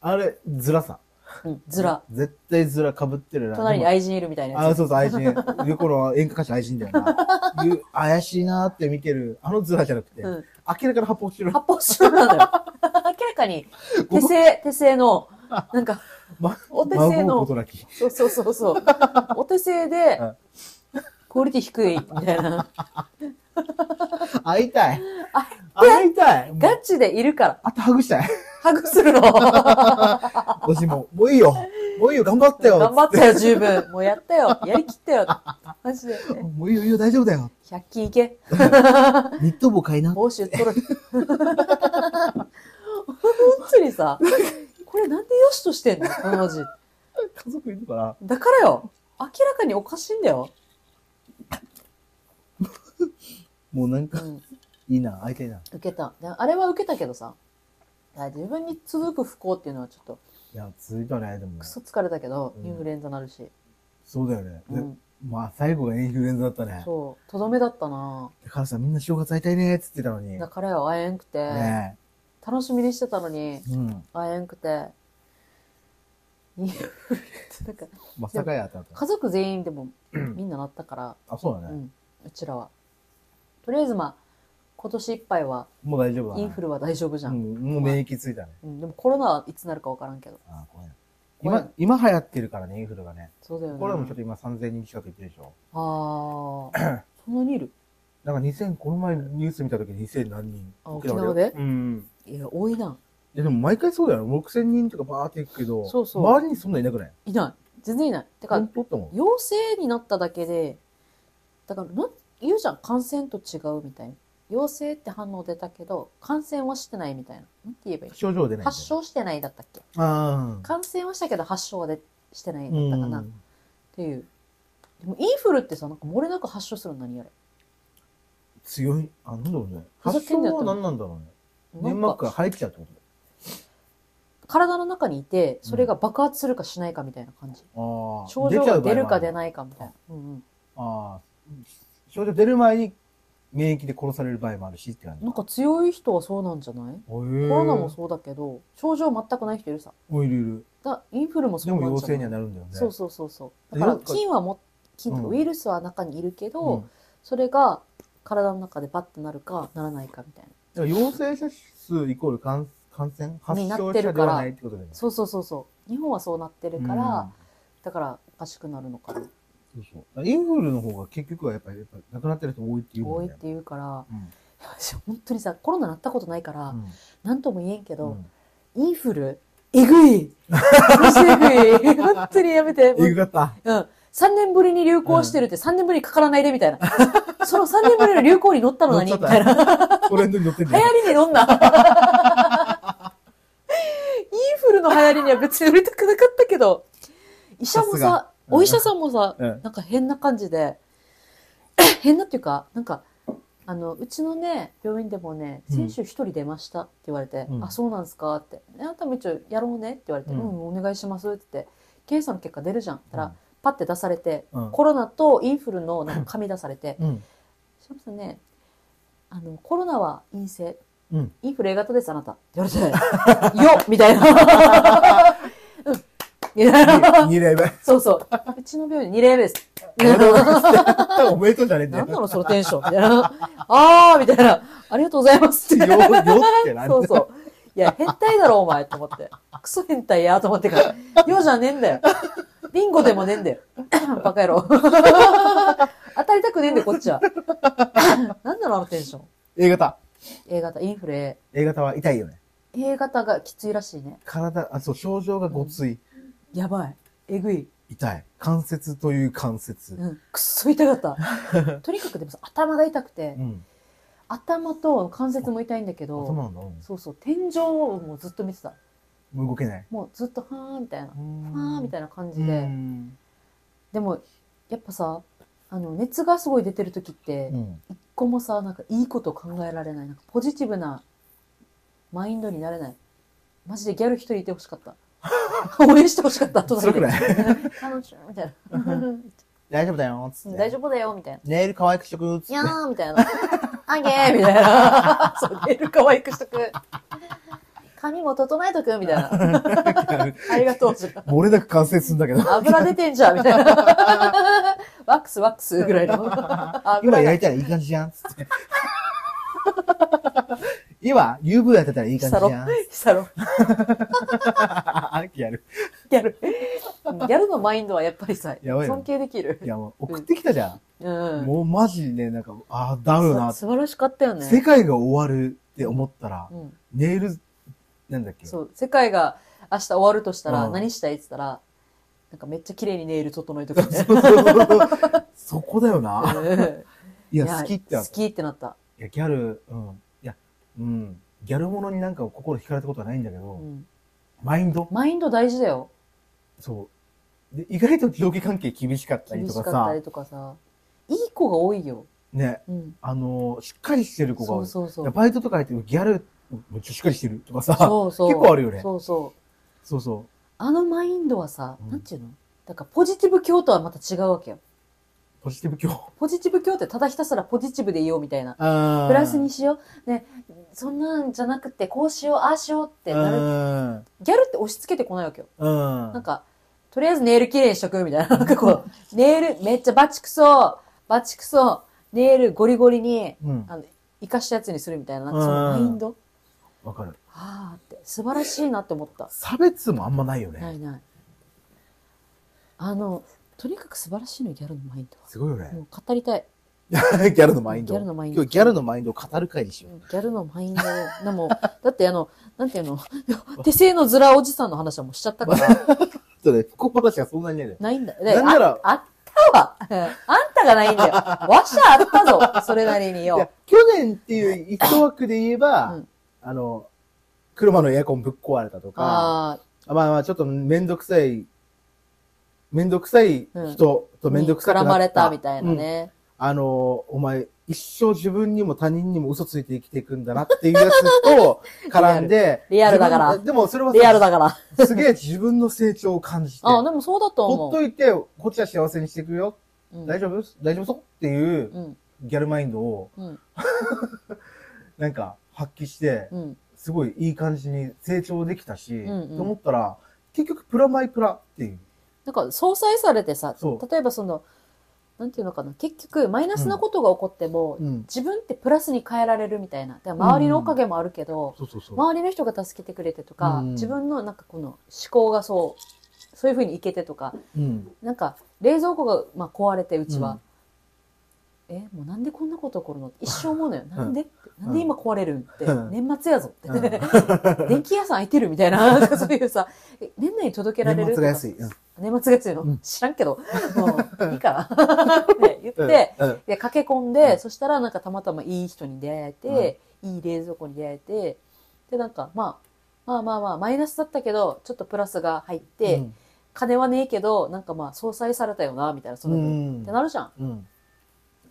Speaker 2: あれ、ずらさ。
Speaker 1: うん、ずら。。
Speaker 2: 絶対ずら被ってるな。
Speaker 1: 隣に愛人いるみたいな
Speaker 2: あ、
Speaker 1: やつ。
Speaker 2: そうそう、愛人。横の演歌歌手愛人だよ
Speaker 1: [LAUGHS]
Speaker 2: な。いう怪しいなーって見てる、あのズラじゃなくて、
Speaker 1: うん
Speaker 2: 明らかに発泡してる。
Speaker 1: 発泡酒なのよ。 [LAUGHS] 明らかに、手製、手製の、なんか、
Speaker 2: [LAUGHS] ま、
Speaker 1: お手製
Speaker 2: 孫
Speaker 1: の
Speaker 2: ことなき。
Speaker 1: そうそうそう
Speaker 2: [LAUGHS]
Speaker 1: そう。お手製で、クオリティ低い、みたいな。
Speaker 2: 会いたい。会いたい。も
Speaker 1: ガ
Speaker 2: う
Speaker 1: チでいるから、
Speaker 2: あとハグしたい。
Speaker 1: ハグするの。
Speaker 2: 私も、もういいよ。もういいよ、頑張ったよ。
Speaker 1: 頑張ったよ、十分。もうやったよ。やりきったよ。マジで。
Speaker 2: もういいよ、いいよ、大丈夫だよ。
Speaker 1: 100均いけ。
Speaker 2: ニット帽買いな。
Speaker 1: 帽子売っとる。 [LAUGHS] 本当にさ、これなんでよしとしてんのこの文字。
Speaker 2: 家族いるから。
Speaker 1: だからよ。明らかにおかしいんだよ。
Speaker 2: もうなん
Speaker 1: う
Speaker 2: か、
Speaker 1: ん。
Speaker 2: いいな、会いたいな。
Speaker 1: 受けた。であれは受けたけどさ。いや自分に続く不幸っていうのはちょっと、
Speaker 2: いや、続いたね、でも
Speaker 1: く。そ疲れたけど、
Speaker 2: うん
Speaker 1: インフルエンザなるし。
Speaker 2: そうだよね。
Speaker 1: う
Speaker 2: で
Speaker 1: ん。
Speaker 2: まあ、最後がインフルエンザだったね。
Speaker 1: そう。とどめだったな
Speaker 2: だからさ、みんな正月会いたいね、っつってたのに。
Speaker 1: だからよ、会えんくて。
Speaker 2: ね
Speaker 1: 楽しみにしてたのに、
Speaker 2: え。うん。
Speaker 1: 会えんくて。インフルエンザなんか
Speaker 2: まさかやったと。
Speaker 1: 家族全員でも
Speaker 2: うん
Speaker 1: みんななったから、
Speaker 2: あ、そう
Speaker 1: う
Speaker 2: だね。
Speaker 1: ん、うちらは。とりあえずまあ、今年いっぱいは
Speaker 2: もう大丈夫だね。
Speaker 1: インフルは大丈夫じゃ。
Speaker 2: うんん、もう免疫ついたね。
Speaker 1: うん、でもコロナはいつなるかわからんけど。
Speaker 2: あー怖いな
Speaker 1: 怖い
Speaker 2: 今、今流行ってるからね、インフルがね。
Speaker 1: そうだよね。
Speaker 2: これもちょっと今3000人近くいってるでしょ。
Speaker 1: あ
Speaker 2: [LAUGHS]
Speaker 1: あ、そんなにいる
Speaker 2: なんか2000、この前ニュース見た時2000何人。
Speaker 1: あ沖縄で
Speaker 2: うん。
Speaker 1: いや、多いな。
Speaker 2: いやでも毎回そうだよ。6000人とかバーっていくけど、
Speaker 1: そうそう
Speaker 2: 周りにそんないなくない
Speaker 1: いない。全然いない。てか
Speaker 2: 本、当って思。
Speaker 1: 陽性になっただけで、だからなん、言うじゃん、感染と違うみたいな。陽性って反応出たけど、感染はしてないみたいな。なんて言えばいいうの
Speaker 2: 症状出ない。
Speaker 1: 発症してないだったっけ
Speaker 2: ああ。
Speaker 1: 感染はしたけど発症はでしてないだ
Speaker 2: う
Speaker 1: ったか
Speaker 2: ん。
Speaker 1: なっていう。でもインフルってさ、なんか漏れなく発症するの何やら。
Speaker 2: 強い。あ、なんだろうね。
Speaker 1: ふざ
Speaker 2: 発
Speaker 1: けん
Speaker 2: 症
Speaker 1: なよって
Speaker 2: は何なんだろうね。
Speaker 1: な
Speaker 2: 粘
Speaker 1: ん
Speaker 2: 膜
Speaker 1: か
Speaker 2: が入っちゃうってこ
Speaker 1: 体の中にいて、それが爆発するかしないかみたいな感じ。
Speaker 2: とああ。
Speaker 1: 症状が出るか出
Speaker 2: い。
Speaker 1: ないかみたいな。うん
Speaker 2: ああ。症状出る前に免疫で殺される場合もあるしって感
Speaker 1: うん。
Speaker 2: じ。
Speaker 1: なんか強い人はそうなんじゃない
Speaker 2: コ
Speaker 1: コロナもそうだけど、症状全くない人いるさ。
Speaker 2: う。いるいる。
Speaker 1: だインフルも
Speaker 2: で
Speaker 1: そう
Speaker 2: も
Speaker 1: なん
Speaker 2: 陽
Speaker 1: じゃな
Speaker 2: 性
Speaker 1: い
Speaker 2: にはなるんだよね。
Speaker 1: そうそうそうそう
Speaker 2: で
Speaker 1: だから
Speaker 2: なんか
Speaker 1: 菌はも菌とか
Speaker 2: うん
Speaker 1: ウイルスは中にいるけど、
Speaker 2: うん
Speaker 1: それが体の中でバッとなるかならないかみたいな
Speaker 2: だから陽性者数イコール感感染発
Speaker 1: にな
Speaker 2: 症
Speaker 1: って
Speaker 2: 者
Speaker 1: る
Speaker 2: で
Speaker 1: から
Speaker 2: はないってことだよね。
Speaker 1: そうそうそうそう日本はそうなってるから、だからおかしくなるのかな
Speaker 2: うんそうそうインフルの方が結局はやっぱりやっぱ亡くなってる人多いっていうも
Speaker 1: 多
Speaker 2: ん
Speaker 1: い
Speaker 2: ね。
Speaker 1: って言うから
Speaker 2: うん
Speaker 1: 私本当にさコロナなったことないから
Speaker 2: うん
Speaker 1: 何とも言えんけ
Speaker 2: う
Speaker 1: ど、
Speaker 2: ん
Speaker 1: インフルえぐい虫えぐい本当にやめて
Speaker 2: えぐかった。
Speaker 1: うん。3年ぶりに流行してるって3年ぶりにかからないでみたいな。その3年ぶりの流行に乗ったの何
Speaker 2: 乗
Speaker 1: み
Speaker 2: っちゃった
Speaker 1: たいな。流
Speaker 2: トレンドに乗って
Speaker 1: [LAUGHS]
Speaker 2: んだよ。
Speaker 1: 行りに乗んな。インフルの流行りには別に売れたくなかったけど、医者も
Speaker 2: さすが
Speaker 1: さ、お医者さんもさ、
Speaker 2: うん
Speaker 1: なんか変な感じで、 [CLEARS THROAT] 変なっていうか、なんか、あの、うちのね、病院でもね、
Speaker 2: うん
Speaker 1: 先週一人出ましたって言われて、
Speaker 2: うん
Speaker 1: あ、そうなんですかって。あなたも一応やろうねって言われて、
Speaker 2: う
Speaker 1: うんん、お願いしますって言って、検査の結果出るじゃん。ったら、パッて出されて、
Speaker 2: うん
Speaker 1: コロナとインフルのなんか紙出されて、
Speaker 2: うん。
Speaker 1: そしたらね、あの、コロナは陰性、
Speaker 2: うん
Speaker 1: インフル A 型です、あなた。って言われて、 [LAUGHS] よっみたいな。うん。みたい [LAUGHS] な。
Speaker 2: 2例目。
Speaker 1: そうそう。うちの病院2例目です。
Speaker 2: おめで [LAUGHS] とうございます。おめでとうじゃねえんだ
Speaker 1: なんな
Speaker 2: よ。
Speaker 1: のそのテンション。みたいな。あーみたいな。ありがとうございます。って。
Speaker 2: よ、よってなんだ
Speaker 1: そうそう。いや、変態だろ、お前、と思って。クソ変態や、と思ってから。よじゃねえんだよ。ビンゴでもねえんだよ。バカ野郎。当たりたくねえんだよ、こっちは。なんなの、あのテンション。
Speaker 2: A 型。
Speaker 1: A 型、インフル A。
Speaker 2: A 型は痛いよね。
Speaker 1: A 型がきついらしいね。
Speaker 2: 体、あ、そう、症状がごつい。
Speaker 1: やばい。えぐい。
Speaker 2: 痛い。関節という関節。
Speaker 1: うん。くっそ痛か
Speaker 2: [LAUGHS]
Speaker 1: った。とにかくでもさ、頭が痛くて
Speaker 2: う、ん。
Speaker 1: 頭と関節も痛いんだけ
Speaker 2: 頭
Speaker 1: ど、
Speaker 2: なんだ。うん
Speaker 1: そうそう、天井をもうずっと見てた。
Speaker 2: もう動けない。
Speaker 1: もうずっと、はーみたいな。はーみ
Speaker 2: み
Speaker 1: たいな感
Speaker 2: い
Speaker 1: じで。
Speaker 2: うん。
Speaker 1: でもやっぱさあの熱がすごい出てる時って
Speaker 2: うん
Speaker 1: 一個もさなんかいいこと考えられないなんかポジティブなマインドになれないマジでギャル一人いてほしか
Speaker 2: [LAUGHS]
Speaker 1: った応援してほしかった
Speaker 2: それくらい。
Speaker 1: [LAUGHS] 楽しいみた [LAUGHS] いな
Speaker 2: 大丈夫だよ。つって
Speaker 1: 大丈夫だよみたいな
Speaker 2: ネイル可愛くしとく。つ
Speaker 1: い
Speaker 2: っ
Speaker 1: や
Speaker 2: て。
Speaker 1: ーみたいなあげーみたい
Speaker 2: [LAUGHS]
Speaker 1: なそうネイル可愛くしとく髪も整えとくみたいなありがとうみたいな
Speaker 2: 漏れなく完成するんだけど。
Speaker 1: 油出てんじゃんみたいなワックスワックスぐらいの
Speaker 2: 今
Speaker 1: 油
Speaker 2: や
Speaker 1: が
Speaker 2: りたらいい感じじゃん。つって。今、UV やってたらいい感じじゃん。
Speaker 1: ヒサロ
Speaker 2: あ、やる。
Speaker 1: ギャル。ギャルのマインドはやっぱりさ、
Speaker 2: やばいよ
Speaker 1: 尊敬できる
Speaker 2: い。や、もう送ってきたじゃ。
Speaker 1: うんん。
Speaker 2: もうマジで、なんか、ああ、だるな
Speaker 1: さ。素晴らしかったよね。
Speaker 2: 世界が終わるって思ったら
Speaker 1: う、ん、
Speaker 2: ネイル、なんだっけ
Speaker 1: そう、世界が明日終わるとした
Speaker 2: う
Speaker 1: ら
Speaker 2: ん
Speaker 1: 何したいって言ったら、なんかめっちゃ綺麗にネイル整えとくね。
Speaker 2: [LAUGHS] そうそうそうそこだよな。
Speaker 1: うん
Speaker 2: いや、好きってなっ
Speaker 1: 好きってなった。
Speaker 2: いや、ギャル、うん。いや、うん。ギャルものになんか心惹かれたことはないんだけ
Speaker 1: う
Speaker 2: ど、
Speaker 1: ん
Speaker 2: マインド
Speaker 1: マインド大事だよ。
Speaker 2: そう。で意外と上下関係厳しかったり
Speaker 1: 厳
Speaker 2: と
Speaker 1: し
Speaker 2: か
Speaker 1: かった
Speaker 2: さ
Speaker 1: り、とかさ。いい子が多いよ。
Speaker 2: ね、
Speaker 1: うん。
Speaker 2: あのー、しっかりしてる子
Speaker 1: そ
Speaker 2: が
Speaker 1: う、そうそ
Speaker 2: いや
Speaker 1: う。
Speaker 2: バイトとか入ってるギャル、めっちゃしっかりしてるとかさ、そ
Speaker 1: そうそう。
Speaker 2: 結構あるよね
Speaker 1: そうそう。
Speaker 2: うそうそ
Speaker 1: あのマインドはさ、
Speaker 2: うん
Speaker 1: なんていうのだからポジティブ教とはまた違うわけよ。
Speaker 2: う、ポジティブ教。
Speaker 1: ポジティブ教ってただひたすらポジティブでいようみたいな。
Speaker 2: プ
Speaker 1: プラスにしよう。ね、そんなんじゃなくて、こうしよう、ああしようってなる。
Speaker 2: る。
Speaker 1: ギャルって押し付けてこないわけよ。
Speaker 2: うん。
Speaker 1: なんか、とりあえずネイル綺麗にしとくみたいな。なんかこ
Speaker 2: [LAUGHS]
Speaker 1: う、ネイルめっちゃバチクソ、バチクソ、ネイルゴリゴリに、
Speaker 2: うん。
Speaker 1: あの、生かしたやつにするみたいな、なん
Speaker 2: う
Speaker 1: か
Speaker 2: ん
Speaker 1: そのマインド。
Speaker 2: わかる。
Speaker 1: ああって、素晴らしいなって思った。
Speaker 2: 差別もあんまないよね。
Speaker 1: ないない。あの、とにかく素晴らしいのよギャルのマインド
Speaker 2: すごいよ
Speaker 1: は。
Speaker 2: ね。
Speaker 1: もう語りたい。
Speaker 2: [LAUGHS] ギャルのマインド。
Speaker 1: ギャルのマインド
Speaker 2: 今日ギャルのマインドを語る会にしよう。
Speaker 1: ギャルのマインドを、で
Speaker 2: [LAUGHS]
Speaker 1: も、だってあの、なんていうの、 [LAUGHS] 手製のズラおじさんの話はもうしちゃった
Speaker 2: [LAUGHS]
Speaker 1: から、
Speaker 2: ちょっとね、ここ話がそんなにないんだよ。
Speaker 1: ないんだ。で
Speaker 2: なんなら
Speaker 1: ああったわ。 [LAUGHS] あんたがないんだよ。わしゃあったぞ。それなりに
Speaker 2: いや
Speaker 1: よ。、
Speaker 2: 去年っていう一枠で言えば、
Speaker 1: うん
Speaker 2: あの、車のエアコンぶっ壊れたとか、
Speaker 1: あ
Speaker 2: まあまあちょっとめんどくさい、めんどくさい人と
Speaker 1: あ、
Speaker 2: めんどくさくな
Speaker 1: に
Speaker 2: っ
Speaker 1: 絡ま
Speaker 2: た。
Speaker 1: れたみたいな
Speaker 2: うん
Speaker 1: ね。
Speaker 2: あの、お前、一生自分にも他人にも嘘ついて生きていくんだなっていうやつ
Speaker 1: [LAUGHS]
Speaker 2: と絡んで、
Speaker 1: リアルリアルだから
Speaker 2: 自分でもそれは
Speaker 1: リアルだから。
Speaker 2: すげえ自分の成長を感じて、
Speaker 1: ああ、
Speaker 2: ほ
Speaker 1: でもそうだと
Speaker 2: っ
Speaker 1: 思
Speaker 2: と
Speaker 1: う。
Speaker 2: いて、こっちは幸せにしていくよ。
Speaker 1: うん
Speaker 2: 大丈夫大丈夫そうっていう
Speaker 1: うん、
Speaker 2: ギャルマインドを、
Speaker 1: うん、
Speaker 2: なんか、発揮して、
Speaker 1: うん。
Speaker 2: すごいいい感じに成長できたし、
Speaker 1: んうん
Speaker 2: と思ったら、結局プラマイプラっていう。
Speaker 1: なんか相殺されてさ
Speaker 2: そ、
Speaker 1: 例えばその、なんていうのかな、結局マイナスなことが起こっても、
Speaker 2: うん。
Speaker 1: 自分ってプラスに変えられるみたいな。でも周りのおかげもあるけど、
Speaker 2: そうそうそう。
Speaker 1: 周りの人が助けてくれてとか、
Speaker 2: うん
Speaker 1: 自分のなんかこの思考がそう、そういうふうにいけてとか、
Speaker 2: うん。
Speaker 1: なんか冷蔵庫がまあ壊れて、うちは、え、もうなんでこんなこと起こるのって一生思うのよ。なんで、なんで今壊れるんって、
Speaker 2: うん
Speaker 1: 年末やぞって。
Speaker 2: う
Speaker 1: [LAUGHS]
Speaker 2: ん
Speaker 1: 電気屋さん開いてるみたいな、なんかそういうさ、え年内に届けられ
Speaker 2: 年
Speaker 1: る
Speaker 2: 末が安い。うん
Speaker 1: 年末月曜
Speaker 2: う
Speaker 1: の
Speaker 2: ん
Speaker 1: 知らんけ
Speaker 2: [LAUGHS]
Speaker 1: ど、もういいから。 [LAUGHS] って言って、
Speaker 2: うんうん
Speaker 1: で、駆け込ん
Speaker 2: う
Speaker 1: で、
Speaker 2: ん
Speaker 1: そしたらなんかたまたまいい人に出会えて、いい冷蔵庫に出会えて、で、なんか、まあ、まあまあまあ、マイナスだったけど、ちょっとプラスが入って、
Speaker 2: うん
Speaker 1: 金はねえけど、なんかまあ、相殺されたよな、みたいな、その、
Speaker 2: うん
Speaker 1: ってなるじゃん。
Speaker 2: うん。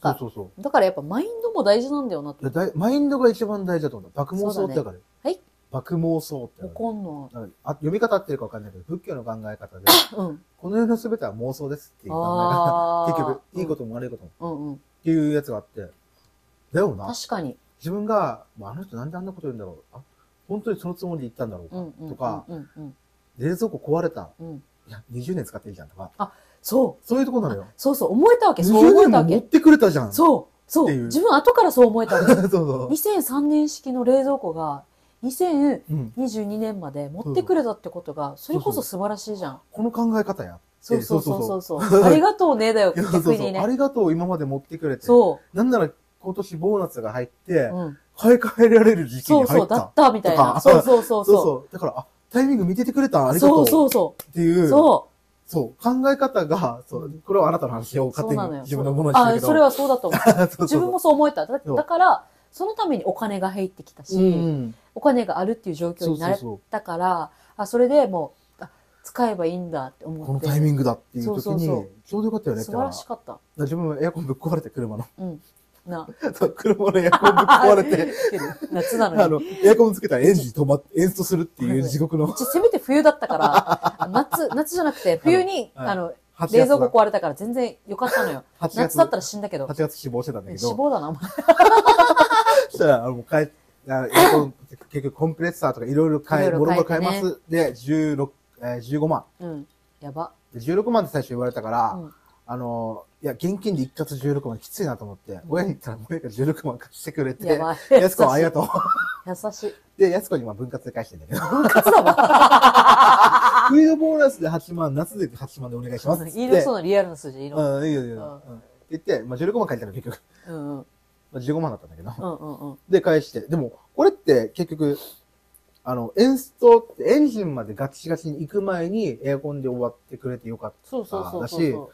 Speaker 2: そうそうそう。
Speaker 1: だからやっぱマインドも大事なんだよなと
Speaker 2: いや。だいマインドが一番大事だと思うんだ。爆妄想ってだから。
Speaker 1: はい。
Speaker 2: 爆妄想ってだか
Speaker 1: 怒んの。
Speaker 2: ら。あ読み方合ってるかわかんないけど、仏教の考え方で、
Speaker 1: うん。
Speaker 2: この世の全ては妄想ですっていう考え
Speaker 1: あ
Speaker 2: 方。
Speaker 1: あ。
Speaker 2: 結局、いいことも悪いことも。
Speaker 1: と。うんうん。
Speaker 2: っていうやつがあって。だよな。
Speaker 1: 確かに。
Speaker 2: 自分が、まああの人なんであんなこと言うんだろう。あ、本当にそのつもりで言ったんだろうか。
Speaker 1: うんうん。
Speaker 2: とか。
Speaker 1: うんうん
Speaker 2: 冷蔵庫壊れた。
Speaker 1: うんうん。
Speaker 2: いや、20年使ってるじゃんとか。
Speaker 1: そう。
Speaker 2: そういうとこなのよ。
Speaker 1: そうそう、思えたわけ。そう思
Speaker 2: 20
Speaker 1: え
Speaker 2: 年
Speaker 1: た
Speaker 2: も
Speaker 1: わ
Speaker 2: 持
Speaker 1: け。
Speaker 2: ってくれたじゃん。う。
Speaker 1: そう、
Speaker 2: っ
Speaker 1: そ
Speaker 2: て
Speaker 1: う。
Speaker 2: いう
Speaker 1: 自分後から [LAUGHS] そう思えたわ
Speaker 2: [LAUGHS]
Speaker 1: け。
Speaker 2: そうそう。
Speaker 1: 2003年式の冷蔵庫が2022
Speaker 2: うん。
Speaker 1: 年まで持ってくれたってことが、それこそ素晴らしいじゃん。
Speaker 2: この考え方や。
Speaker 1: そうそう
Speaker 2: そう
Speaker 1: そ
Speaker 2: そう
Speaker 1: そう。そう [LAUGHS] ありがとうねだよ、
Speaker 2: いやそう
Speaker 1: 逆
Speaker 2: そう。
Speaker 1: に
Speaker 2: あ
Speaker 1: ね。
Speaker 2: りがとう今まで持ってくれて。
Speaker 1: そ
Speaker 2: なんなら今年ボーナスが入って
Speaker 1: う。、うん。
Speaker 2: 買い替えられる時期
Speaker 1: そ
Speaker 2: に
Speaker 1: うそ
Speaker 2: 入
Speaker 1: う、
Speaker 2: っ。
Speaker 1: だったた、みたい
Speaker 2: と
Speaker 1: な。
Speaker 2: か
Speaker 1: そうそうそう。
Speaker 2: そう
Speaker 1: そ
Speaker 2: そう。だから、あ、タイミング見ててくれた、あ
Speaker 1: う
Speaker 2: りがと。
Speaker 1: そううそうそ。
Speaker 2: っていうう、
Speaker 1: そ
Speaker 2: そう考え方が、そう、これはあなたの話を勝手
Speaker 1: そうなの
Speaker 2: に
Speaker 1: よ
Speaker 2: 自分のもの
Speaker 1: う。
Speaker 2: にしてる
Speaker 1: あ、
Speaker 2: けど。
Speaker 1: それはそうだと思う。
Speaker 2: は [LAUGHS] そう
Speaker 1: 自分もそう思えた。だ
Speaker 2: そう
Speaker 1: だから、そのためにお金が入ってきた
Speaker 2: う
Speaker 1: し、
Speaker 2: ん。
Speaker 1: お金があるっていう状況
Speaker 2: そう
Speaker 1: にな
Speaker 2: そう
Speaker 1: れ
Speaker 2: そ
Speaker 1: だから、あ、それでもう、あ、使えばいいんだって思っ
Speaker 2: う。
Speaker 1: て。
Speaker 2: このタイミ
Speaker 1: ン
Speaker 2: ングだっていう時に、
Speaker 1: そうそうそう
Speaker 2: ちょうどよかったよね、
Speaker 1: 素晴らしかった。
Speaker 2: だから自分もエアコンぶっ壊れて、車の。 [LAUGHS]
Speaker 1: うん。な。
Speaker 2: そう車のエアコンぶっ [LAUGHS] 壊れて、
Speaker 1: 知ってる夏な
Speaker 2: あ
Speaker 1: のに。
Speaker 2: の、エアコンつけたらエンジン止まって、エンストするっていう地獄の
Speaker 1: うちせめて冬だったから、
Speaker 2: [LAUGHS]
Speaker 1: 夏、夏じゃなくて、冬に、
Speaker 2: はい
Speaker 1: あの、
Speaker 2: 8月
Speaker 1: 冷
Speaker 2: だ
Speaker 1: 蔵庫壊れたから全然良かったのよ。
Speaker 2: 8月
Speaker 1: 夏だったら死んだけど。
Speaker 2: 8月死亡してたんだけ
Speaker 1: 死
Speaker 2: ど。
Speaker 1: 亡だな、お前。
Speaker 2: そしたら、あの、もう変え、あエアコン、結局コンプレッサーとかいろいろ変
Speaker 1: い
Speaker 2: え、
Speaker 1: ろい
Speaker 2: も
Speaker 1: ろ
Speaker 2: ろ
Speaker 1: 変え
Speaker 2: もろ
Speaker 1: て
Speaker 2: 変え
Speaker 1: ね
Speaker 2: ます。で、16、えー、15万。
Speaker 1: うん。やば。
Speaker 2: で、16万って最初言われたから、
Speaker 1: うん
Speaker 2: あの、いや、現金で一括16万きついなと思って、親に言ったら親が16万貸してくれて、
Speaker 1: やばい。
Speaker 2: やすこありがと
Speaker 1: 優しい。
Speaker 2: う。 [LAUGHS] で、やすこに今分割で返してんだけど、
Speaker 1: 夏だわ。
Speaker 2: [LAUGHS] 冬のボーナスで8万、夏で8万でお願いしますっつって。
Speaker 1: 言いのそうなリアルな数字、いいの。
Speaker 2: うん、いいよいいよ。
Speaker 1: う
Speaker 2: うんんって言って、まあ、16万返したら結局、
Speaker 1: うんうん。
Speaker 2: まあ、15万だったんだけど、 [LAUGHS]
Speaker 1: うんうんうん。
Speaker 2: で、返して。でも、これって結局、あの、エンストってエンジンまでガチガチに行く前にエアコンで終わってくれてよかった。
Speaker 1: そうそうそうそ
Speaker 2: だ
Speaker 1: う
Speaker 2: し
Speaker 1: そ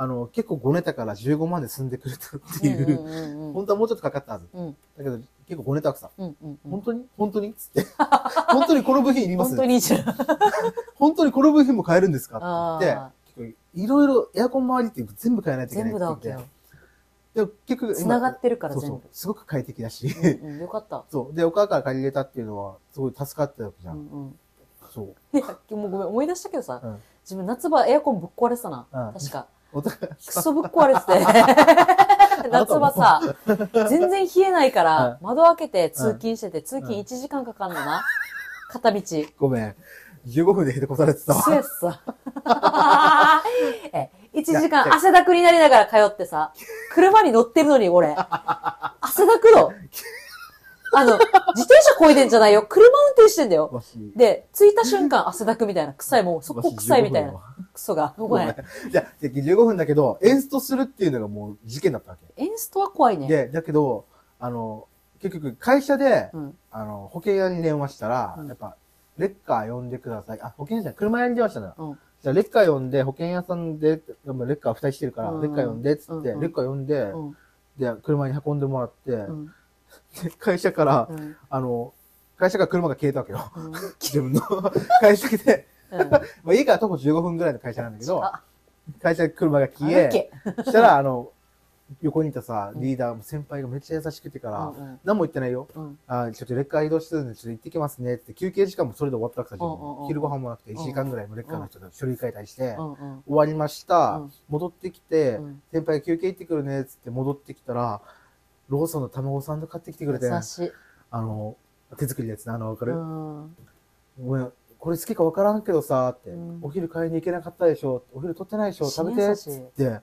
Speaker 2: あの、結構ごねたから15万で済んでくれたっ
Speaker 1: う。
Speaker 2: ていう。
Speaker 1: うんうんうん
Speaker 2: 本当はもうちょっとかかったはず。
Speaker 1: うん
Speaker 2: だけど、結構ごねたくさん。
Speaker 1: うんうんうん。
Speaker 2: 本当に本当につって。 [LAUGHS] 本当にこの部品いります
Speaker 1: 本当にいいじゃん。
Speaker 2: 本当にこの部品も買えるんですかって言
Speaker 1: あ
Speaker 2: って、結構いろいろエアコン周りって全部変えないといけない
Speaker 1: 全
Speaker 2: っ
Speaker 1: 部
Speaker 2: て
Speaker 1: だ
Speaker 2: 言っ
Speaker 1: わけよ。
Speaker 2: て。でも結局、
Speaker 1: 繋がってるから
Speaker 2: そう
Speaker 1: 全
Speaker 2: そ
Speaker 1: 部
Speaker 2: う。。すごく快適だし。
Speaker 1: うんうんよかった。
Speaker 2: [LAUGHS] そう。で、お母から借りれたっていうのは、すごい助かったわけじ
Speaker 1: う
Speaker 2: ゃん。
Speaker 1: んうん。
Speaker 2: そう。
Speaker 1: いや、もうごめん、思い出したけどさ、
Speaker 2: うん
Speaker 1: 自分夏場エアコンぶっ壊れてたな。
Speaker 2: うん
Speaker 1: 確か。
Speaker 2: お互い
Speaker 1: くそぶっ壊れて
Speaker 2: [LAUGHS]
Speaker 1: て。夏場さ、全然冷えないから、窓開けて通勤してて、通勤
Speaker 2: うん
Speaker 1: 1時間かかんのな。片道。そう
Speaker 2: ごめん。15分でへてこされてたわ。
Speaker 1: やつさ。
Speaker 2: [LAUGHS]
Speaker 1: [LAUGHS] え、1時
Speaker 2: いや
Speaker 1: 間汗だくになりながら通ってさ、車に乗ってるのに俺、汗だく
Speaker 2: [LAUGHS]
Speaker 1: の。あの、自転車こいでんじゃないよ。車運転してんだよ。
Speaker 2: わし。
Speaker 1: で、着いた瞬間汗だくみたいな、臭い、
Speaker 2: [LAUGHS]
Speaker 1: もうそこ臭いみたいな、
Speaker 2: な。
Speaker 1: クソが。ご
Speaker 2: ご
Speaker 1: め
Speaker 2: めん
Speaker 1: ん。。
Speaker 2: じゃ15分だけど、エンストするっていうのがもう事件だったわけ。
Speaker 1: エンストは怖いね。
Speaker 2: で、だけど、あの、結局、会社で、
Speaker 1: うん。
Speaker 2: あの、保険屋に電話したら、
Speaker 1: うん
Speaker 2: やっぱ、レッカー呼んでください。あ、保険屋じゃない車屋に電話したのよ。
Speaker 1: うん
Speaker 2: じゃあレッカー呼んで、保険屋さんで、でもレッカー二人してるから、
Speaker 1: うん
Speaker 2: レッカー呼んで、つって、
Speaker 1: うん
Speaker 2: レッカー呼んで、
Speaker 1: うん。
Speaker 2: で、車に運んでもらって、
Speaker 1: うん。
Speaker 2: で会社から、
Speaker 1: うん。
Speaker 2: あの、会社から車が消えたわ
Speaker 1: [LAUGHS]
Speaker 2: けよ。
Speaker 1: うん。
Speaker 2: 自分の会社で、
Speaker 1: うん
Speaker 2: まあ、家から徒歩15分ぐらいの会社なんだけど、
Speaker 1: あ、
Speaker 2: 会社で車が消
Speaker 1: 歩
Speaker 2: え、
Speaker 1: け。
Speaker 2: そしたら、あの、横にいたさ、
Speaker 1: うん
Speaker 2: リーダーも先輩がめっちゃ優しくてか
Speaker 1: う
Speaker 2: ら、
Speaker 1: ん。
Speaker 2: 何も言ってないよ。
Speaker 1: うん。
Speaker 2: あーちょっとレッカー移動してるんで、ちょっと行ってきますねって、休憩時間もそれで終わったわけさ、自
Speaker 1: う
Speaker 2: 分
Speaker 1: んうんうん
Speaker 2: 昼ご飯もなくて、1時間ぐらいもレッカーの人と書類解体して、
Speaker 1: うん。うん。
Speaker 2: 終わりました、
Speaker 1: うん
Speaker 2: 戻ってきて、
Speaker 1: うん
Speaker 2: 先輩休憩行ってくるねっつって戻ってきたら、ローソンの卵サンド買ってきてくれて、
Speaker 1: 優しい。
Speaker 2: あの、手作りのやつな、あの、わか
Speaker 1: う
Speaker 2: る、
Speaker 1: ん。
Speaker 2: ごめん、これ好きかわからんけどさ、って、
Speaker 1: うん
Speaker 2: お昼買いに行けなかったでしょ、お昼取ってないでしょ、食べて、
Speaker 1: 優
Speaker 2: っ
Speaker 1: しい
Speaker 2: つって、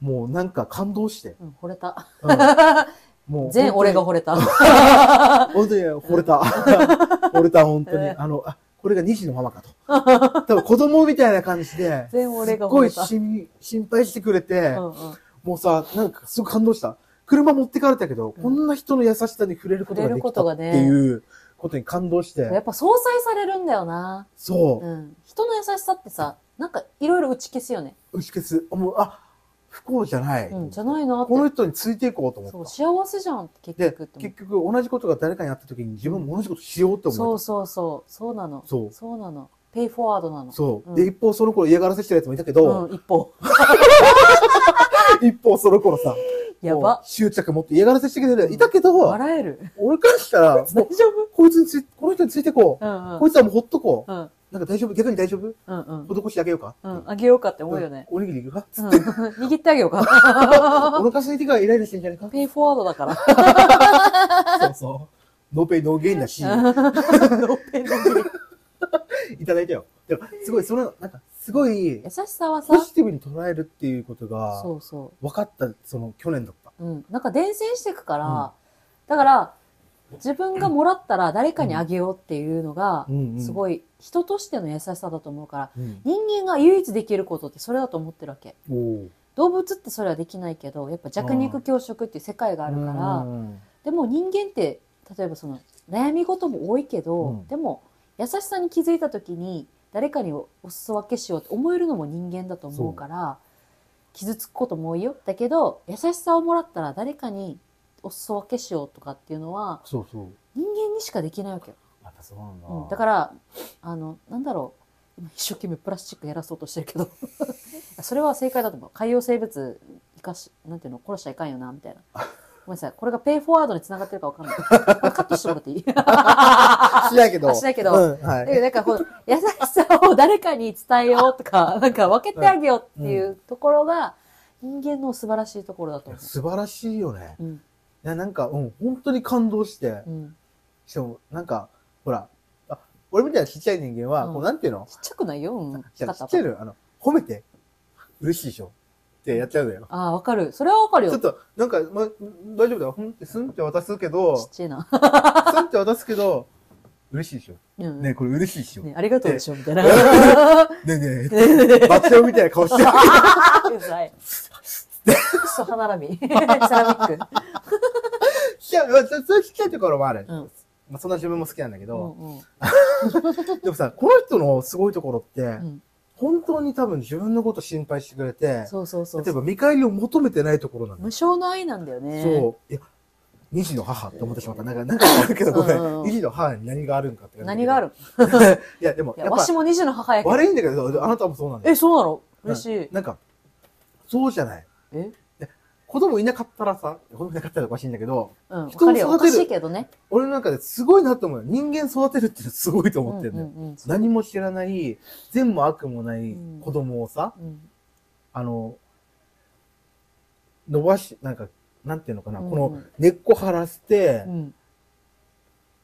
Speaker 2: もうなんか感
Speaker 1: [LAUGHS]
Speaker 2: 動して、
Speaker 1: うん、惚れた。
Speaker 2: うんも
Speaker 1: [LAUGHS]
Speaker 2: う
Speaker 1: 全俺が惚れた。
Speaker 2: 本当に惚れた。惚れた、本当に。あの、あ、これが2児のママかと。多分子供みたいな感じで、す
Speaker 1: 全 [LAUGHS] 俺が
Speaker 2: っご
Speaker 1: 惚
Speaker 2: い
Speaker 1: れた。
Speaker 2: 心心配してくれて、
Speaker 1: うんうん
Speaker 2: もうさ、なんかすごい感動した。車持ってかれたけど、
Speaker 1: うん
Speaker 2: こんな人の優しさに触れること
Speaker 1: 触れ
Speaker 2: がで
Speaker 1: る
Speaker 2: き
Speaker 1: こと
Speaker 2: た
Speaker 1: が
Speaker 2: っ
Speaker 1: ね
Speaker 2: ていうことに感動して、
Speaker 1: やっぱ相殺されるんだよな。
Speaker 2: そうう、
Speaker 1: ん。人の優しさってさ、なんかいろいろ打ち消すよね。
Speaker 2: 打ち消す。もう、あ、不幸じゃない。
Speaker 1: うん、じゃないなって
Speaker 2: こ。の人についていこうと
Speaker 1: そ
Speaker 2: 思
Speaker 1: う、
Speaker 2: った。
Speaker 1: 幸せじゃんって結
Speaker 2: で
Speaker 1: 局っ、て思
Speaker 2: 結局同じことが誰かにあった時に自分も同じことしようって
Speaker 1: う。そ
Speaker 2: 思
Speaker 1: う
Speaker 2: った。
Speaker 1: そうそう。そうなの。
Speaker 2: そう
Speaker 1: そうなの。ペイフォワードなの。
Speaker 2: そう。
Speaker 1: うん
Speaker 2: で、一方その頃嫌がらせしてるやつもいたけど、
Speaker 1: うん、一方。
Speaker 2: 一方その頃さ、
Speaker 1: やば
Speaker 2: もう。執着持って嫌がらせしてくれるやついたけど、
Speaker 1: 笑える。
Speaker 2: 俺からしたら、も
Speaker 1: 大
Speaker 2: う、
Speaker 1: 丈夫
Speaker 2: こいつについ、この人についてこう。
Speaker 1: うんうん
Speaker 2: こ。いつはもうほっとこう。
Speaker 1: うん
Speaker 2: なんか大丈夫逆に大丈夫
Speaker 1: うんうん。
Speaker 2: 施してあげようか。
Speaker 1: うん、あげようかって思うよね。
Speaker 2: おにぎりいるか
Speaker 1: うん、握ってあげようか。
Speaker 2: [LAUGHS] お腹空いてからイライラしてんじゃねえ
Speaker 1: ペイフォワードだから。
Speaker 2: か
Speaker 1: [LAUGHS]
Speaker 2: そうそう。ノーペイノーゲインだし、
Speaker 1: ノーペイノーゲイン
Speaker 2: いただいたよ。だからすごい、その、なんか、すごい
Speaker 1: [LAUGHS] 優、しさはさ
Speaker 2: ポ、ジティブに捉えるっていうことが、
Speaker 1: そうそ
Speaker 2: 分かった、その、去年だった。
Speaker 1: う。うん。なんか伝染していくから、
Speaker 2: うん
Speaker 1: だから、自分がもらったら誰かにあげようっていうのが、
Speaker 2: ん
Speaker 1: す
Speaker 2: い。
Speaker 1: ごい人としての優しさだと思うから、
Speaker 2: うん、
Speaker 1: 人間が唯一できることってそれだと思ってるわけ。
Speaker 2: おー
Speaker 1: 動物ってそれはできないけど、やっぱ弱肉強食っていう世界があるから、
Speaker 2: うん
Speaker 1: でも人間って例えばその悩み事も多いけど、
Speaker 2: うん
Speaker 1: でも優しさに気づいた時に誰かにお裾分けしようって思えるのも人間だと思うから傷つくことも多いよだけど優しさをもらったら誰かにお裾分けしようとかっていうのは
Speaker 2: そうそう。
Speaker 1: 人間にしかできないわけよ、
Speaker 2: またそうなんだ。
Speaker 1: うんだからあのなんだろう今一生懸命プラスチック減らそうとしてる
Speaker 2: [LAUGHS]
Speaker 1: けどそれは正解だと思う海洋生物生かしなんていうの殺しちゃいかんよなみたいなごめんなさいこれがペイフォワードにつながってるかわかんないこれカットしてもら
Speaker 2: [LAUGHS]
Speaker 1: っていい
Speaker 2: しないけど。
Speaker 1: あしないけど
Speaker 2: うん、はい。
Speaker 1: でなんかこう優しさを誰かに伝えようとかなんか分けてあげようっていうところが人間の素晴らしいところだと思
Speaker 2: 素晴らしいよね。
Speaker 1: う。うん
Speaker 2: いや、なんか、うん、本当に感動して
Speaker 1: う、ん、
Speaker 2: しかも、なんか、ほら、あ、俺みたいなちっちゃい人間は、
Speaker 1: うん
Speaker 2: こう、なんていうの
Speaker 1: ちっちゃくないよ、うん、
Speaker 2: じゃあち
Speaker 1: 肩
Speaker 2: っちゃいのよ、あの、褒めて、嬉しいでしょってやっちゃうのよ。
Speaker 1: ああ分かるそれは分かる
Speaker 2: ちょ
Speaker 1: よ
Speaker 2: っ
Speaker 1: ちっ
Speaker 2: と、なんか、ま、大丈夫だよ。ふんって、すんって渡すけど、
Speaker 1: ちゃいな、
Speaker 2: すんって渡すけど、嬉しいでしょ
Speaker 1: うん
Speaker 2: ねえこれ嬉しいでしょね
Speaker 1: ね、ありがとうでしょみたいな。
Speaker 2: えねえ、バチェロみたいな
Speaker 1: [LAUGHS]
Speaker 2: 顔して。
Speaker 1: うざい。クソ歯並び。セラミック。
Speaker 2: ちゃう、そういうちっちゃいところもある。
Speaker 1: うん
Speaker 2: まあ、そんな自分も好きなんだけ
Speaker 1: う
Speaker 2: ど、
Speaker 1: んうん
Speaker 2: でもさ、この人のすごいところって、
Speaker 1: ん
Speaker 2: 本当に多分自分のこと心配してくれて、
Speaker 1: そうそうそう
Speaker 2: 例え。ば見返りを求めてないところなの
Speaker 1: 無。償の愛なんだよね。
Speaker 2: そう。いや、二児の母って思ってしまった。なんか、 [LAUGHS] なんかあるけど、ごめ
Speaker 1: うんうん
Speaker 2: ん。二児の母に何があるんかって。
Speaker 1: 何があ
Speaker 2: る
Speaker 1: る
Speaker 2: いや、でも、
Speaker 1: い
Speaker 2: や
Speaker 1: や、
Speaker 2: っ
Speaker 1: わし
Speaker 2: ぱ、
Speaker 1: も二児の母やけど。
Speaker 2: 悪いんだけど、あなたもそうなんだよ。
Speaker 1: え、そうなの嬉しい。
Speaker 2: なんか、そうじゃない。
Speaker 1: え
Speaker 2: 子供いなかったらさ、子供いなかったらおかしいんだけど、
Speaker 1: うん、わ
Speaker 2: 人
Speaker 1: か
Speaker 2: を育てる
Speaker 1: るよ。おかしいけどね。
Speaker 2: 俺の中ですごいなと思うよ。人間育てるってすごいと
Speaker 1: う
Speaker 2: 思
Speaker 1: ん
Speaker 2: っ
Speaker 1: う
Speaker 2: てるのよ。
Speaker 1: ん
Speaker 2: 何も知らない、善も悪もない子供をさ、
Speaker 1: うん。
Speaker 2: あの、伸ばし、なんか、なんていうのかな、
Speaker 1: うん
Speaker 2: この根っこ張らせて、
Speaker 1: うん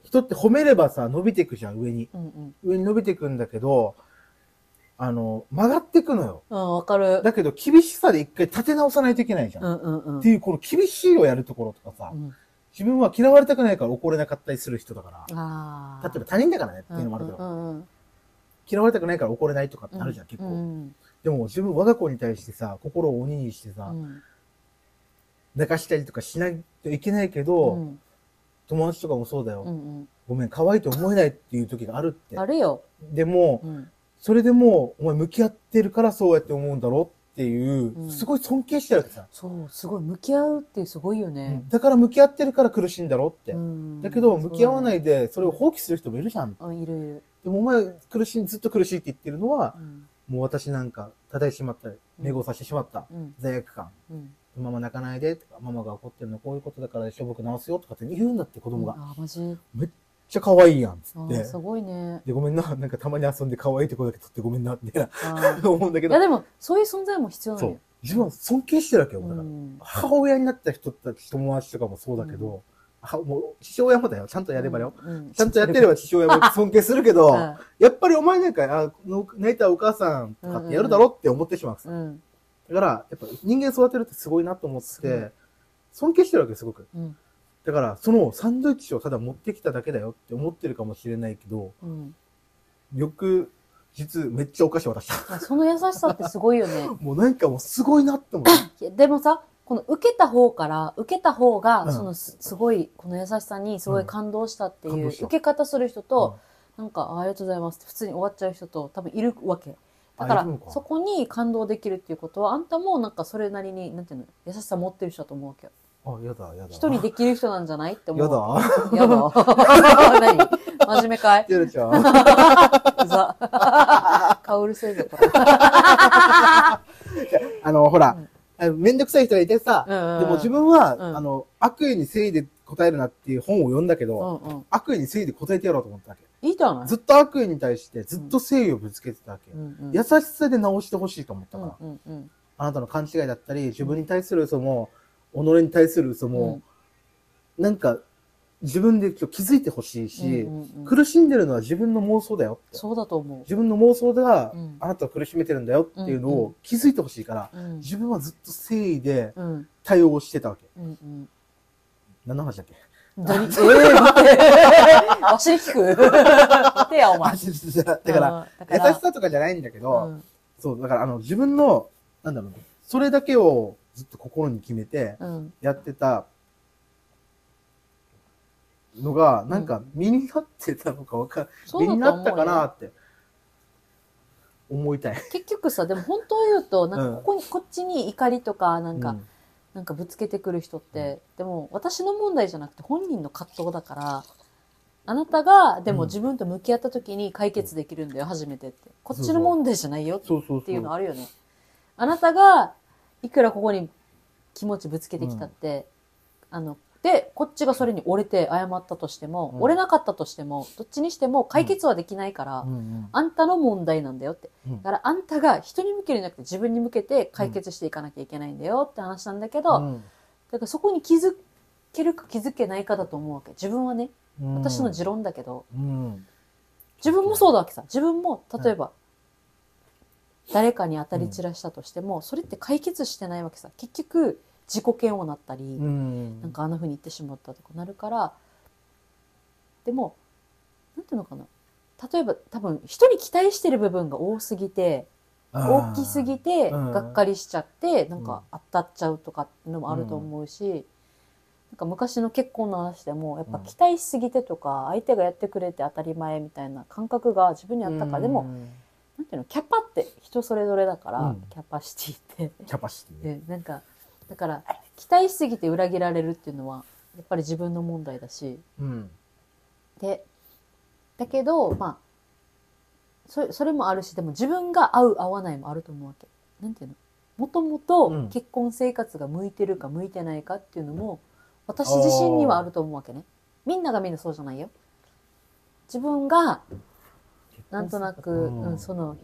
Speaker 2: 人って褒めればさ、伸びてくじゃん、上に。
Speaker 1: うんうん。
Speaker 2: 上に伸びてくんだけど、あの、曲がってくのよ。
Speaker 1: うん、わかる。
Speaker 2: だけど、厳しさで一回立て直さないといけないじゃん。
Speaker 1: うんうんうん
Speaker 2: って。いう、この厳しいをやるところとかさ、
Speaker 1: うん
Speaker 2: 自分は嫌われたくないから怒れなかったりする人だから、
Speaker 1: ああ。
Speaker 2: 例えば他人だからねって
Speaker 1: うん
Speaker 2: いううんのもあるけど、
Speaker 1: うん
Speaker 2: 嫌われたくないから怒れないとかってあるじゃん、結構。
Speaker 1: うん
Speaker 2: でも、自分、我が子に対してさ、心を鬼にして
Speaker 1: う
Speaker 2: さ、
Speaker 1: ん
Speaker 2: 泣かしたりとかしないといけないけ
Speaker 1: う
Speaker 2: ど、
Speaker 1: ん
Speaker 2: 友達とかもそうだよ、
Speaker 1: うん
Speaker 2: ごめん、可愛いと思えないっていう時があるって
Speaker 1: うん。あ。るよ。
Speaker 2: でも、
Speaker 1: うん
Speaker 2: それでも、お前向き合ってるからそうやって思うんだろっていう、
Speaker 1: うん
Speaker 2: すごい尊敬してるわけさ。
Speaker 1: そう、すごい。向き合うってすごいよね。
Speaker 2: だから向き合ってるから苦しいんだろって。
Speaker 1: うん。
Speaker 2: だけど、向き合わないいで、それを放棄する人もいるじゃん。
Speaker 1: そううん、いるいる。
Speaker 2: でも、お前、苦しい、ずっと苦しいって言ってるのは
Speaker 1: う、ん
Speaker 2: もう私なんか、叩いてしまったり、目をさしてしまった。
Speaker 1: うん
Speaker 2: 罪悪感。
Speaker 1: うん。
Speaker 2: ママ泣かないで、とか、ママが怒ってるのこういうことだからでしょ、僕直すよ、とかって言うんだって、子供が。めっ
Speaker 1: あー、マジ。
Speaker 2: ちゃ可愛いやん、つ
Speaker 1: あ
Speaker 2: っ
Speaker 1: ー
Speaker 2: て。
Speaker 1: すごい
Speaker 2: [LAUGHS]
Speaker 1: ね。
Speaker 2: で、ごめんな、なんかたまに遊んで可愛いとこだけ撮ってごめんな、みたい
Speaker 1: あー
Speaker 2: な、思うんだけ
Speaker 1: いや
Speaker 2: ど。
Speaker 1: でも、そういう存在も必要な
Speaker 2: そ
Speaker 1: のよ
Speaker 2: う。。自分は尊敬してるわけよ、
Speaker 1: う
Speaker 2: だから。
Speaker 1: ん
Speaker 2: 母親になった人たち、友達とかもそうだけど、はもう、父親もだよ。ちゃんとやればよ。
Speaker 1: うん。
Speaker 2: ちゃんとやってれば父親も尊敬するけ
Speaker 1: う
Speaker 2: ど、
Speaker 1: ん。
Speaker 2: やっぱりお前なんか、あの泣いたお母さんとかってやるだろって思ってしまう。
Speaker 1: うん。
Speaker 2: だから、やっぱ人間育てるってすごいなと思っ
Speaker 1: ごい
Speaker 2: て、尊敬してるわけすごく。
Speaker 1: うん。
Speaker 2: だから、そのサンドイッチをただ持ってきただけだよって思ってるかもしれないけど、
Speaker 1: うん。
Speaker 2: 翌日めっちゃお菓子渡した。 [LAUGHS]
Speaker 1: まあその優しさってすごいよね。
Speaker 2: もうなんかもうすごいなって思
Speaker 1: [LAUGHS]
Speaker 2: う。
Speaker 1: いやでもさ、この受けた方から、受けた方
Speaker 2: う
Speaker 1: が、
Speaker 2: ん
Speaker 1: そのすすごい、この優しさにすごい感動したって
Speaker 2: うん感
Speaker 1: いう、
Speaker 2: 動した
Speaker 1: 受け方する人と、なんか、あありがとうございますって普通に終わっちゃう人と多分いるわけ。だから
Speaker 2: あいるの、か
Speaker 1: そこに感動できるっていうことは、あんたもなんかそれなりに、なんていうの、優しさ持ってる人だと思うわけど、
Speaker 2: うん、あ、やだ、やだ。
Speaker 1: 一人できる人なんじゃないって思
Speaker 2: [LAUGHS] や
Speaker 1: う。
Speaker 2: だ。
Speaker 1: [LAUGHS]
Speaker 2: [LAUGHS]
Speaker 1: やだ。 [LAUGHS] 何真面目かい
Speaker 2: やだちゃ
Speaker 1: [LAUGHS] う
Speaker 2: ん。[LAUGHS]
Speaker 1: ざ。カウルせえぞ、これ。
Speaker 2: あの、ほら
Speaker 1: うん、
Speaker 2: あのめんどくさい人がいてさ、
Speaker 1: うん
Speaker 2: でも自分は、
Speaker 1: うん
Speaker 2: あの、悪意に誠意で答えるなっていう本を読んだけ
Speaker 1: う
Speaker 2: ど、
Speaker 1: んうん。
Speaker 2: 悪意に誠意で答えてやろうと思ったわけ。
Speaker 1: いいじゃない
Speaker 2: ずっと悪意に対してずっと誠意をぶつけてたわけ。
Speaker 1: うんうん
Speaker 2: 優しさで直してほしいと思った
Speaker 1: う
Speaker 2: から、
Speaker 1: んうんうん。
Speaker 2: あなたの勘違いだったり、自分に対する嘘も、己に対する嘘も、なんか、自分で気づいてほしいし、
Speaker 1: うんうんうん
Speaker 2: 苦しんでるのは自分の妄想だよって。
Speaker 1: そうだと思
Speaker 2: 自分の妄想が
Speaker 1: うん
Speaker 2: あなたを苦しめてるんだよっていうの
Speaker 1: うんう
Speaker 2: を気づいてほしいから、
Speaker 1: う。うん。
Speaker 2: 自分はずっと誠意で
Speaker 1: うん。
Speaker 2: 対応してたわけ。
Speaker 1: うんうん。
Speaker 2: 何の話だっけ
Speaker 1: 何ええ待って。わしに聞
Speaker 2: [LAUGHS]
Speaker 1: く待てや、お前
Speaker 2: あ、。そうそうそうだから、
Speaker 1: うん、
Speaker 2: 優
Speaker 1: だから
Speaker 2: しさとかじゃないんだけ
Speaker 1: う
Speaker 2: ど、
Speaker 1: ん
Speaker 2: そう、だからあの自分の、なんだろうな、それだけをずっと心に決めて
Speaker 1: うん。
Speaker 2: やってたのが、なんか身になってたのかわかん
Speaker 1: そう
Speaker 2: 身
Speaker 1: だ
Speaker 2: に
Speaker 1: と
Speaker 2: な
Speaker 1: 思う
Speaker 2: った
Speaker 1: よ
Speaker 2: かなって思いたい。
Speaker 1: 結局さ、でも本当を言うと、なんかここに、こっちに怒りとか、なんか、
Speaker 2: う
Speaker 1: なんかぶつけてくる人って、でも私の問題じゃなくて本人の葛藤だから、あなたがでも
Speaker 2: うん
Speaker 1: 自分と向き合った時に解決できるんだよ、初めてって。こっち
Speaker 2: そうそ
Speaker 1: の
Speaker 2: う
Speaker 1: 問題じゃないよ
Speaker 2: そうそうそう。
Speaker 1: っていうのあるよね。あなたがいくらここに気持ちぶつけてきたって、あの、で、こっちがそれに折れて謝ったとしても、
Speaker 2: うん
Speaker 1: 折れなかったとしても、どっちにしても解決はできないから、
Speaker 2: うんうん
Speaker 1: あんたの問題なんだよって。
Speaker 2: うん
Speaker 1: だからあんたが人に向けるんじゃなくて自分に向けて解決していかなきゃいけないんだよって話なんだけど、だからそこに気づけるか気づけないかだと思うわけ。自分はね、
Speaker 2: うん
Speaker 1: 私の持論だけど、
Speaker 2: うん
Speaker 1: 自分もそうだわけさ。自分も、例えば、誰かに当たり散らしたとしても、それって解決してないわけさ。結局、自己嫌悪になったり、
Speaker 2: うん
Speaker 1: なんかあんな風に言ってしまったとかなるから、でも、なんていうのかな。例えば、多分、人に期待してる部分が多すぎて、大きすぎて、
Speaker 2: うん
Speaker 1: がっかりしちゃって、なん
Speaker 2: うん
Speaker 1: か当たっちゃうとかっていうのもあると思うし、なんか昔の結婚の話でも、やっぱ
Speaker 2: うん
Speaker 1: 期待しすぎてとか、相手がやってくれて当たり前みたいな感覚が自分にあったから、でも、、なんていうの、キャパって人それぞれだから、
Speaker 2: うん
Speaker 1: キャパシティって
Speaker 2: うんキャパシティね。
Speaker 1: で。なんか、だから、期待しすぎて裏切られるっていうのは、やっぱり自分の問題だし、
Speaker 2: うん。
Speaker 1: で、だけど、まあ、そそれもあるし、でも自分が合う合わないもあると思うわけ。なんていうのもとも
Speaker 2: う
Speaker 1: と
Speaker 2: ん
Speaker 1: 結婚生活が向いてるか向いてないかっていうのも、私自身にはあると思うわけね。みんながみんなそうじゃないよ。自分が、なんとなく、
Speaker 2: うん
Speaker 1: うん、その、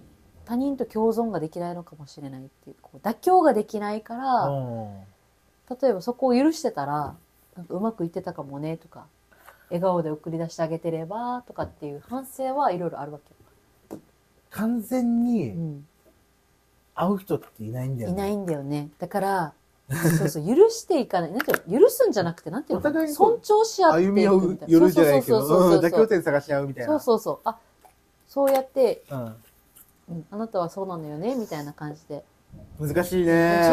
Speaker 1: 他人と共存ができないのかもしれないっていう、こう妥協ができないから、
Speaker 2: うん
Speaker 1: 例えばそこを許してたら、なんかうまくいってたかもねとか、笑顔で送り出してあげてればとかっていう反省はいろいろあるわけ。
Speaker 2: 完全
Speaker 1: う
Speaker 2: に
Speaker 1: ん。
Speaker 2: 会う人っていないんだよ
Speaker 1: い
Speaker 2: ね。
Speaker 1: ないんだよね。だから、そうそう、許していかない。なんていうの許すんじゃなくて、なんていう
Speaker 2: お互い
Speaker 1: の
Speaker 2: にこ
Speaker 1: 尊
Speaker 2: う
Speaker 1: 重し合ってい
Speaker 2: 歩み
Speaker 1: く
Speaker 2: 寄
Speaker 1: み
Speaker 2: る
Speaker 1: たいな。
Speaker 2: 寄るじゃないけど、
Speaker 1: そう
Speaker 2: う
Speaker 1: そ
Speaker 2: ん
Speaker 1: うそう
Speaker 2: 妥
Speaker 1: そう
Speaker 2: 協点探し合うみたい
Speaker 1: そう
Speaker 2: な。
Speaker 1: そうそう。あ、そうやって、
Speaker 2: う
Speaker 1: うんあなたはそうなのよね、みたいな感じで。
Speaker 2: ん難しい
Speaker 1: それ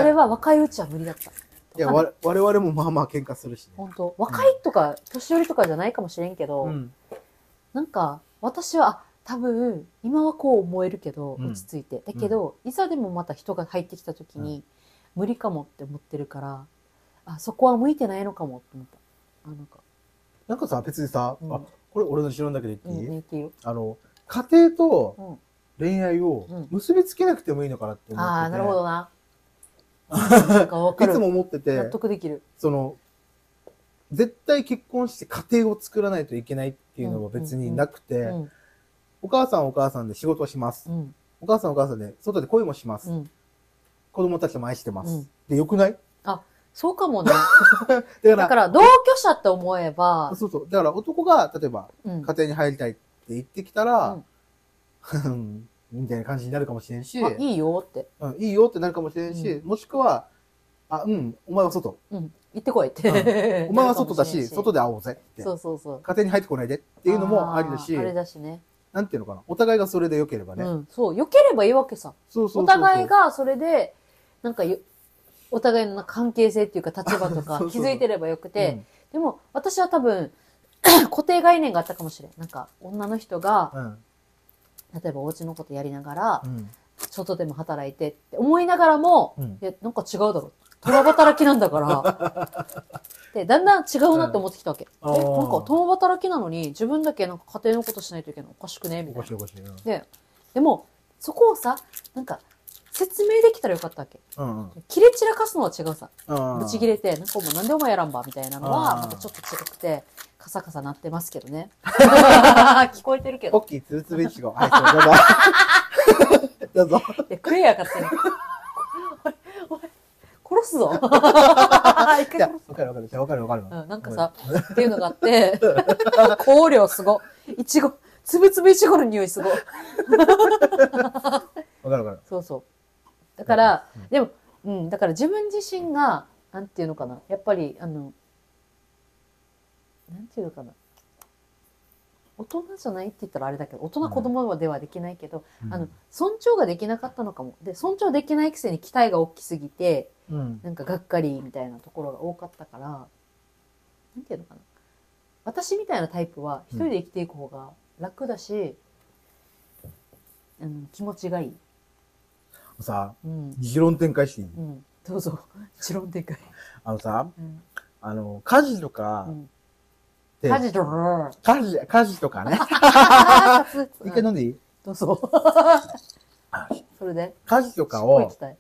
Speaker 2: ね。
Speaker 1: は若いうちは無理だった。
Speaker 2: いや、わ我々もまあまあ喧嘩するしね。
Speaker 1: 本当若いとか、年寄りとかじゃないかもしれんけど、
Speaker 2: うん。
Speaker 1: なんか私はあ多分今はこう思えるけど
Speaker 2: うん
Speaker 1: 落ち着いて、だけど、いざでもまた人が入ってきた時に、無理かもって思ってるからあそこは向いてないのかもって思ったあなんか、
Speaker 2: なんかさ、別にさ、
Speaker 1: うん
Speaker 2: あ、これ俺の後ろだけで
Speaker 1: うん、
Speaker 2: 言っていい
Speaker 1: 向いてる
Speaker 2: あの、家庭と
Speaker 1: うん、
Speaker 2: 恋愛
Speaker 1: うん
Speaker 2: を結びつけなくてもいいのかなって思ってて。
Speaker 1: ああなるほど
Speaker 2: [LAUGHS]
Speaker 1: ななんか分か
Speaker 2: い
Speaker 1: る
Speaker 2: つも思って
Speaker 1: 納
Speaker 2: て、
Speaker 1: 得できる
Speaker 2: その、絶対結婚して家庭を作らないといけないっていうのは別になく
Speaker 1: う
Speaker 2: て、
Speaker 1: ん
Speaker 2: お母さんはお母さんで仕事をします
Speaker 1: う。ん
Speaker 2: お母さんはお母さんで外で恋もします
Speaker 1: う。ん
Speaker 2: 子供たちも愛してます。
Speaker 1: うん
Speaker 2: で、よくない
Speaker 1: あそうか
Speaker 2: [LAUGHS]
Speaker 1: もね。だ
Speaker 2: だか、
Speaker 1: からら、同居者と思えば、
Speaker 2: そうそう。だから男が、例えば、
Speaker 1: うん
Speaker 2: 家庭に入りたいって言ってきたら、みたいな感じになるかもしれんし、
Speaker 1: あいいよって、
Speaker 2: うんいいよってなるかもしれんし、
Speaker 1: う
Speaker 2: もしくは、あ、うん、お前は外。
Speaker 1: うん、行ってこいっ
Speaker 2: う
Speaker 1: て。
Speaker 2: お前は外
Speaker 1: [LAUGHS]
Speaker 2: だし、外
Speaker 1: で。
Speaker 2: で会おうぜって。
Speaker 1: そ
Speaker 2: 家
Speaker 1: うそうそう。っ
Speaker 2: 庭に入ってこないでっていうのもありだし、
Speaker 1: あれだしね。
Speaker 2: なんていうのかな。お互いがそれで良ければね。
Speaker 1: うん、そう、良ければいいわけさ。
Speaker 2: そうそうそうそう
Speaker 1: お互い、がそれで、なんかよ、お互いのなんか関係性っていうか立場とか
Speaker 2: [LAUGHS] そうそう
Speaker 1: 気
Speaker 2: そう
Speaker 1: づいてればよく
Speaker 2: う
Speaker 1: て
Speaker 2: ん、
Speaker 1: でも私は多分、 [CLEARS THROAT] 固定概念があったかもしれん。なんか、女の人が、
Speaker 2: うん。
Speaker 1: 例えばお家のことやりながら
Speaker 2: う、ん。
Speaker 1: 外でも働いてって思いながらも、
Speaker 2: うん
Speaker 1: いや、なんか違うだろ。共働きなんだから。
Speaker 2: [LAUGHS]
Speaker 1: で、だんだん違うなって思ってきたわけ。
Speaker 2: うん
Speaker 1: え、
Speaker 2: あー
Speaker 1: なんか共働きなのに自分だけなんか家庭のことしないといけない。おかしくねみた
Speaker 2: お
Speaker 1: い
Speaker 2: か
Speaker 1: な
Speaker 2: しい。おかしいな。
Speaker 1: で、でも、そこをさ、なんか、説明できたらよかったわけ。
Speaker 2: うんうん。
Speaker 1: 切れ散らかすのは違うさ。
Speaker 2: うん
Speaker 1: ぶち切れて、なんかお前なんでお前やらんばみたいなのは、
Speaker 2: あー
Speaker 1: またちょっと違くて、カサカサ鳴ってますけど
Speaker 2: [LAUGHS]
Speaker 1: ね。聞こえてるけ
Speaker 2: ポ
Speaker 1: ど。
Speaker 2: ッキーつるつるいちご。はい、そうどうぞ。どう [LAUGHS] ぞ。
Speaker 1: いや、食えや、勝手に。
Speaker 2: [LAUGHS]
Speaker 1: おい、おい、殺すぞ。一
Speaker 2: い
Speaker 1: 回
Speaker 2: や
Speaker 1: 殺す。
Speaker 2: わかるわかる。じゃあわかるわかるわ。
Speaker 1: うん、なんかさ、っていうのがあって、 [LAUGHS] 香料すご。いちご、つぶつぶいちごの匂いすご。
Speaker 2: わかるわかる。
Speaker 1: そうそう。だから、
Speaker 2: うん
Speaker 1: でも、うん、だから自分自身が、なんていうのかな、やっぱり、あの、なんていうのかな、大人じゃないって言ったらあれだけど、大
Speaker 2: う
Speaker 1: 人
Speaker 2: ん
Speaker 1: 子供ではできないけど、
Speaker 2: うん
Speaker 1: あの、尊重ができなかったのかも。で、尊重できないくせに期待が大きすぎて、
Speaker 2: うん。
Speaker 1: なんかがっかりみたいなところが多かったから、なんていうのかな。私みたいなタイプは一人で生きていく方が楽だし、うん、気持ちがいい。
Speaker 2: さ、
Speaker 1: うん。
Speaker 2: 議論展開していい
Speaker 1: うん。どうぞ。 [LAUGHS] 持論でかい。
Speaker 2: あのさ、
Speaker 1: うん。
Speaker 2: あの、家事とかって、
Speaker 1: 家事とか。
Speaker 2: 家事、家事とか
Speaker 1: [LAUGHS]
Speaker 2: ね。
Speaker 1: あー立つ
Speaker 2: 一回飲んでいい
Speaker 1: どうぞ。それで。
Speaker 2: 家事とか
Speaker 1: しっこ行
Speaker 2: を
Speaker 1: き、たい。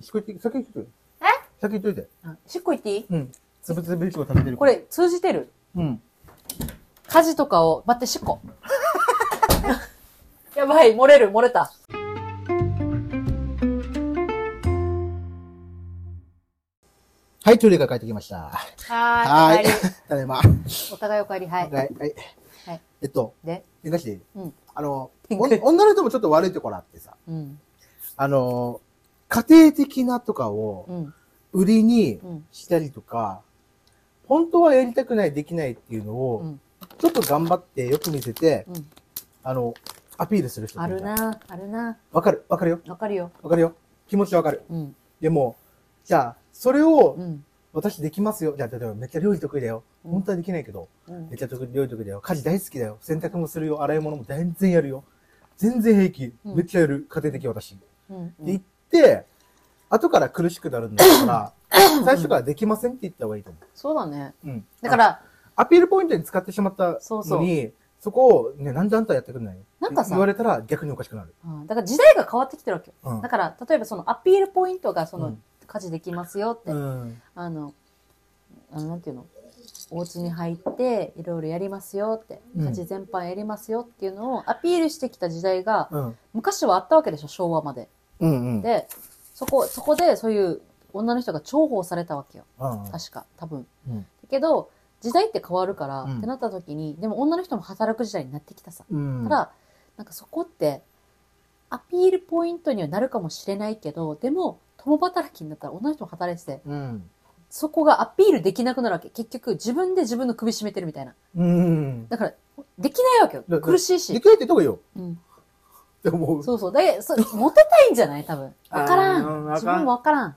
Speaker 2: しこいって、先言っといて。
Speaker 1: え
Speaker 2: 先言っといて。
Speaker 1: あしっこ行っていい
Speaker 2: うん。つぶつぶいちご食べてる
Speaker 1: こ
Speaker 2: から。
Speaker 1: れ通じてる
Speaker 2: うん。
Speaker 1: 家事とかを、待って、しっこ。 [LAUGHS] やばい、漏れる、漏れた。
Speaker 2: はい、トイレから帰ってきました。
Speaker 1: はーい。お
Speaker 2: は
Speaker 1: 帰
Speaker 2: ただいま。は
Speaker 1: りお互いお帰り、はい
Speaker 2: い、。はい
Speaker 1: はい。
Speaker 2: えっと、
Speaker 1: で、
Speaker 2: え、だし、
Speaker 1: うん
Speaker 2: あの、
Speaker 1: ピン
Speaker 2: お
Speaker 1: ク
Speaker 2: 女の人もちょっと悪いところあってさ、
Speaker 1: うん、
Speaker 2: あの、家庭的なとかを
Speaker 1: うん、
Speaker 2: 売りに
Speaker 1: うん、
Speaker 2: したりとか、本当はやりたくない、できないっていうの
Speaker 1: う
Speaker 2: を
Speaker 1: ん、
Speaker 2: ちょっと頑張ってよく見せて、
Speaker 1: うん。
Speaker 2: あの、アピールする人
Speaker 1: あ
Speaker 2: っている
Speaker 1: る
Speaker 2: じゃん。
Speaker 1: な、あるな。
Speaker 2: わかる、わかるよ。
Speaker 1: わかるよ。
Speaker 2: わかるよ。気持ちわかる。
Speaker 1: うん、
Speaker 2: でも、じゃあ、それを
Speaker 1: う、ん、
Speaker 2: 私できますよ。じゃあ、例えばめっちゃ料理得意だ
Speaker 1: う
Speaker 2: よ。
Speaker 1: ん
Speaker 2: 本当はできないけど、
Speaker 1: うん
Speaker 2: めっちゃ得意料理得意だよ。家事大好きだよ。洗濯もするよ。洗い物も全然やるよ。全然平気。
Speaker 1: うん
Speaker 2: めっちゃやる。家庭的私。って
Speaker 1: うん、う
Speaker 2: 言っ
Speaker 1: ん。
Speaker 2: て、後から苦しくなるんだっ
Speaker 1: [COUGHS]
Speaker 2: たら、最初からできませんって言った方がいいと思
Speaker 1: そうだね。
Speaker 2: う。うん。
Speaker 1: だから、
Speaker 2: アピールポイントに使ってしまった
Speaker 1: そうそ
Speaker 2: の
Speaker 1: う
Speaker 2: に、そこを、ね、なんであんたやってくんないの
Speaker 1: なんかさ
Speaker 2: 言われたら逆におかしくなる。
Speaker 1: うんだから時代が変わってきてるわけよ。
Speaker 2: うん
Speaker 1: だ。から、例えばそのアピールポイントが、その、
Speaker 2: うん
Speaker 1: 家事できますよって、
Speaker 2: うん。
Speaker 1: あの、あのなんていうの、お家に入って、いろいろやりますよって、
Speaker 2: うん
Speaker 1: 家事全般やりますよっていうのをアピールしてきた時代が、
Speaker 2: うん。
Speaker 1: 昔はあったわけでしょ、昭和まで。
Speaker 2: うんうん。
Speaker 1: で、そこ、そこでそういう女の人が重宝されたわけよ。
Speaker 2: うんうん
Speaker 1: 確か、多分。
Speaker 2: うん
Speaker 1: だけど、時代って変わるから、
Speaker 2: うん
Speaker 1: ってなった時に、でも女の人も働く時代になってきたさ。
Speaker 2: うん。
Speaker 1: から、なんかそこって、アピールポイントにはなるかもしれないけど、でも、共働きになったら女の人も働いてて、
Speaker 2: うん。
Speaker 1: そこがアピールできなくなるわけ。結局、自分で自分の首絞めてるみたいな。
Speaker 2: うん。
Speaker 1: だから、できないわけ
Speaker 2: だ
Speaker 1: よ。苦しい
Speaker 2: で
Speaker 1: し
Speaker 2: き。ないって言った方がいいよ。
Speaker 1: うん、
Speaker 2: って思う。
Speaker 1: そうそう。で、そモテたいんじゃない多分。わから
Speaker 2: あーう
Speaker 1: ん。
Speaker 2: んわかん
Speaker 1: 自分もわからん。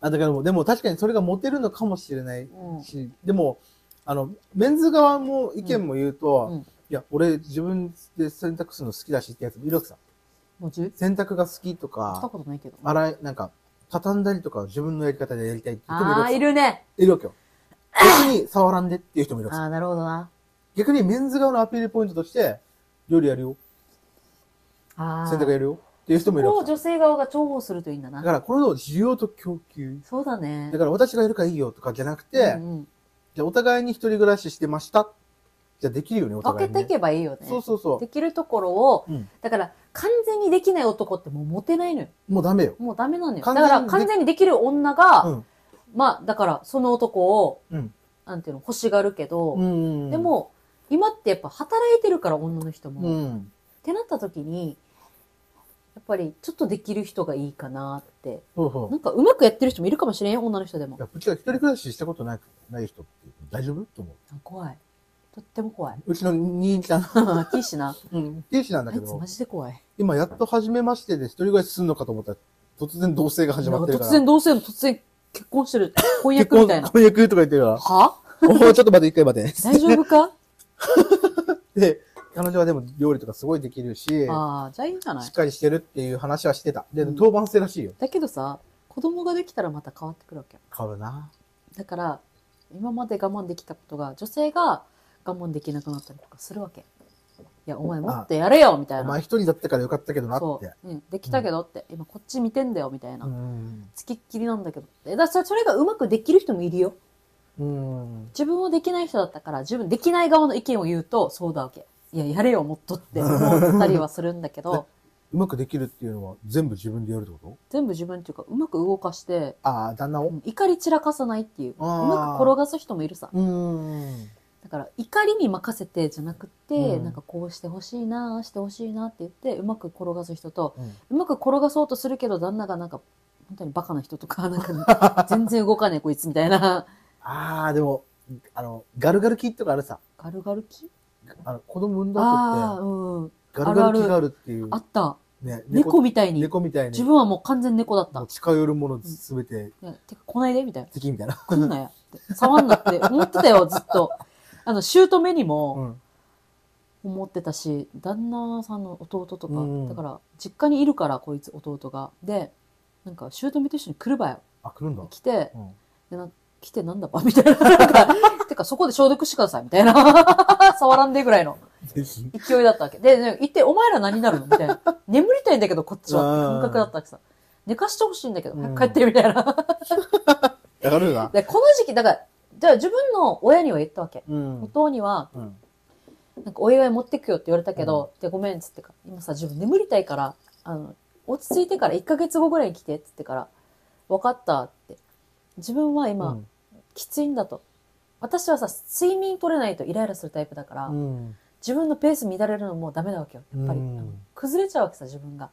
Speaker 2: あだからもう、でも確かにそれがモテるのかもしれない
Speaker 1: うん。
Speaker 2: し、でも、あの、メンズ側も意見も言うと、
Speaker 1: うんうん
Speaker 2: いや、俺自分で洗濯するの好きだしってやつもいるわけさ。
Speaker 1: もう10
Speaker 2: 洗濯が好きと
Speaker 1: した
Speaker 2: か、
Speaker 1: ことないけど。
Speaker 2: 洗い、なんか、畳んだりとか自分のやり方でやりたいって人もいる
Speaker 1: あ
Speaker 2: わ
Speaker 1: あ、
Speaker 2: け
Speaker 1: い
Speaker 2: さ。
Speaker 1: るね。
Speaker 2: いるわけよ。逆に触らんでっていう人もいるわけ
Speaker 1: あ
Speaker 2: さ。
Speaker 1: あ、なるほどな。
Speaker 2: 逆にメンズ側のアピールポイントとして、料理やるよ。
Speaker 1: ああ。
Speaker 2: 洗濯やるよ。っていう人もいる
Speaker 1: こ
Speaker 2: わ
Speaker 1: を
Speaker 2: けさ。
Speaker 1: 女性側が重宝するといいんだ
Speaker 2: だ
Speaker 1: な。
Speaker 2: から、これの需要と供給。
Speaker 1: そうだね。
Speaker 2: だから、私がいるからいいよとかじゃなくて、
Speaker 1: うんうん
Speaker 2: じゃあお互いに一人暮らししてました。じゃあできるよね、
Speaker 1: 分
Speaker 2: お互
Speaker 1: け
Speaker 2: いに、
Speaker 1: て
Speaker 2: ね。
Speaker 1: いけばいいよね。
Speaker 2: そうそうそ
Speaker 1: できるところを、
Speaker 2: う。うん。
Speaker 1: だから完全にできない男ってもうモテないのよ。
Speaker 2: もうダメよ。
Speaker 1: もうダメなのよ。だか
Speaker 2: 完
Speaker 1: ら
Speaker 2: 全にで
Speaker 1: 完全にできる女
Speaker 2: う
Speaker 1: が、
Speaker 2: ん。
Speaker 1: まあ、だから、その男を、
Speaker 2: うん
Speaker 1: なんていうの、欲しがるけど、
Speaker 2: うん
Speaker 1: で、も、今ってやっぱ働いてるから、女の人も。
Speaker 2: う
Speaker 1: っ
Speaker 2: ん。
Speaker 1: てなった時に、やっぱり、ちょっとできる人がいいかなって。
Speaker 2: そうそう
Speaker 1: な。んか、うまくやってる人もいるかもしれんよ、女の人でも
Speaker 2: い。やうちは一人暮らししたことないない人って大丈夫と思う。
Speaker 1: あ怖い。とっても
Speaker 2: [LAUGHS]
Speaker 1: 怖い。
Speaker 2: うちの兄ちゃん、
Speaker 1: ティーシな。
Speaker 2: うん、定子なんだ
Speaker 1: あ
Speaker 2: け
Speaker 1: いつ
Speaker 2: ど
Speaker 1: マ、ジで怖い。
Speaker 2: 今やっと初めましてで一人暮らしすんのかと思ったら、突然同棲が始まってるか
Speaker 1: なん突
Speaker 2: ら。
Speaker 1: 然同棲の突然結婚してる。婚
Speaker 2: 結
Speaker 1: 約みたい
Speaker 2: 婚、
Speaker 1: な。
Speaker 2: 婚約とか言ってるから。
Speaker 1: は
Speaker 2: おーちょっと待って、一回待って。
Speaker 1: 大丈夫か
Speaker 2: で、彼女はでも料理とかすごいできるし、し
Speaker 1: ああ、じゃあいいんじゃない
Speaker 2: っかりしてるっていう話はしてた。で、
Speaker 1: うん
Speaker 2: 当番制らしいよ。
Speaker 1: だけどさ、子供ができたらまた変わってくるわけよ。
Speaker 2: 買うな。
Speaker 1: だから、今まで我慢できたことが、女性が我慢できなくなったりとかするわけ。いや、お前もっとやれよみたい
Speaker 2: お
Speaker 1: な
Speaker 2: 前。一人だったからよかったけどなっ
Speaker 1: そ
Speaker 2: て。
Speaker 1: う。うん。できたけどって、今こっち見てんだよみたいな。
Speaker 2: うん。
Speaker 1: つきっきりなんだけどって。だからそれがうまくできる人もいるよ。
Speaker 2: うん。
Speaker 1: 自分もできない人だったから、自分できない側の意見を言うと、そうだわけ。いや、やれよ、もっとって思ったりはするんだけど、
Speaker 2: うまくできるっていうのは全部自分でやるってこ
Speaker 1: 全部自分っていうか、うまく動かして、
Speaker 2: とああ、旦那を。
Speaker 1: 怒り散らかさないっていう、う
Speaker 2: あー
Speaker 1: まく転がす人もいるさ。
Speaker 2: うん。
Speaker 1: だから、怒りに任せてじゃなくて、
Speaker 2: うん
Speaker 1: なんかこうしてほしいな、ああしてほしいなって言って、うまく転がす人と、
Speaker 2: うん
Speaker 1: うまく転がそうとするけど、旦那がなんか、本当にバカな人と
Speaker 2: [LAUGHS]
Speaker 1: か、なんか、全然動かねえこいつみたいな、
Speaker 2: ああ、でも、あの、ガルガルキとかあるさ。
Speaker 1: ガルガル気
Speaker 2: あの、子供産んだ
Speaker 1: ああ、
Speaker 2: 後っ
Speaker 1: うん。
Speaker 2: て、ガルガル
Speaker 1: あるあ
Speaker 2: キ
Speaker 1: る
Speaker 2: があるっていう。
Speaker 1: あった。
Speaker 2: ね、
Speaker 1: 猫みたいに。
Speaker 2: 猫みたいに。
Speaker 1: 自分はもう完全猫だった
Speaker 2: もう。近寄るものすべて
Speaker 1: いやてか、来ないでみたいな。
Speaker 2: 敵みたいな。
Speaker 1: 来んなやって。触んなって思ってたよ、ずっと。あの、姑に
Speaker 2: う
Speaker 1: も
Speaker 2: ん。
Speaker 1: 思ってたし、旦那さんの弟とか、
Speaker 2: うん
Speaker 1: だから、実家にいるから、こいつ弟が。で、なんか、姑と一緒に来るばよ。
Speaker 2: あ、来るんだ。
Speaker 1: 来て、
Speaker 2: うん。
Speaker 1: でな来てなんだば [LAUGHS] みたいな。なんか、てか、そこで消毒してください、みたいな。 [LAUGHS] 触らんでぐらいの
Speaker 2: ぜひ。
Speaker 1: 勢いだったわけ。で、で行って、お前ら何になるのみたいな。眠りたいんだけど、こっちは。って感覚だったわけさ。寝かしてほしいんだけど、
Speaker 2: うん
Speaker 1: 早く帰ってるみたいな。 [LAUGHS]
Speaker 2: わかるな。
Speaker 1: で、この時期、だから、じゃあ自分の親には言ったわけ。
Speaker 2: うん。
Speaker 1: 弟には、
Speaker 2: うん。
Speaker 1: なんかお祝い持ってくよって言われたけど、で、ごめんっつってか、今さ、自分眠りたいから、あの、落ち着いてから1ヶ月後ぐらいに来てっつってから、分かったって。自分は今、
Speaker 2: うん
Speaker 1: きついんだと。私はさ、睡眠取れないとイライラするタイプだから、
Speaker 2: うん。
Speaker 1: 自分のペース乱れるのもダメなわけよ、やっぱり。
Speaker 2: うん
Speaker 1: あの崩れちゃうわけさ、自分が。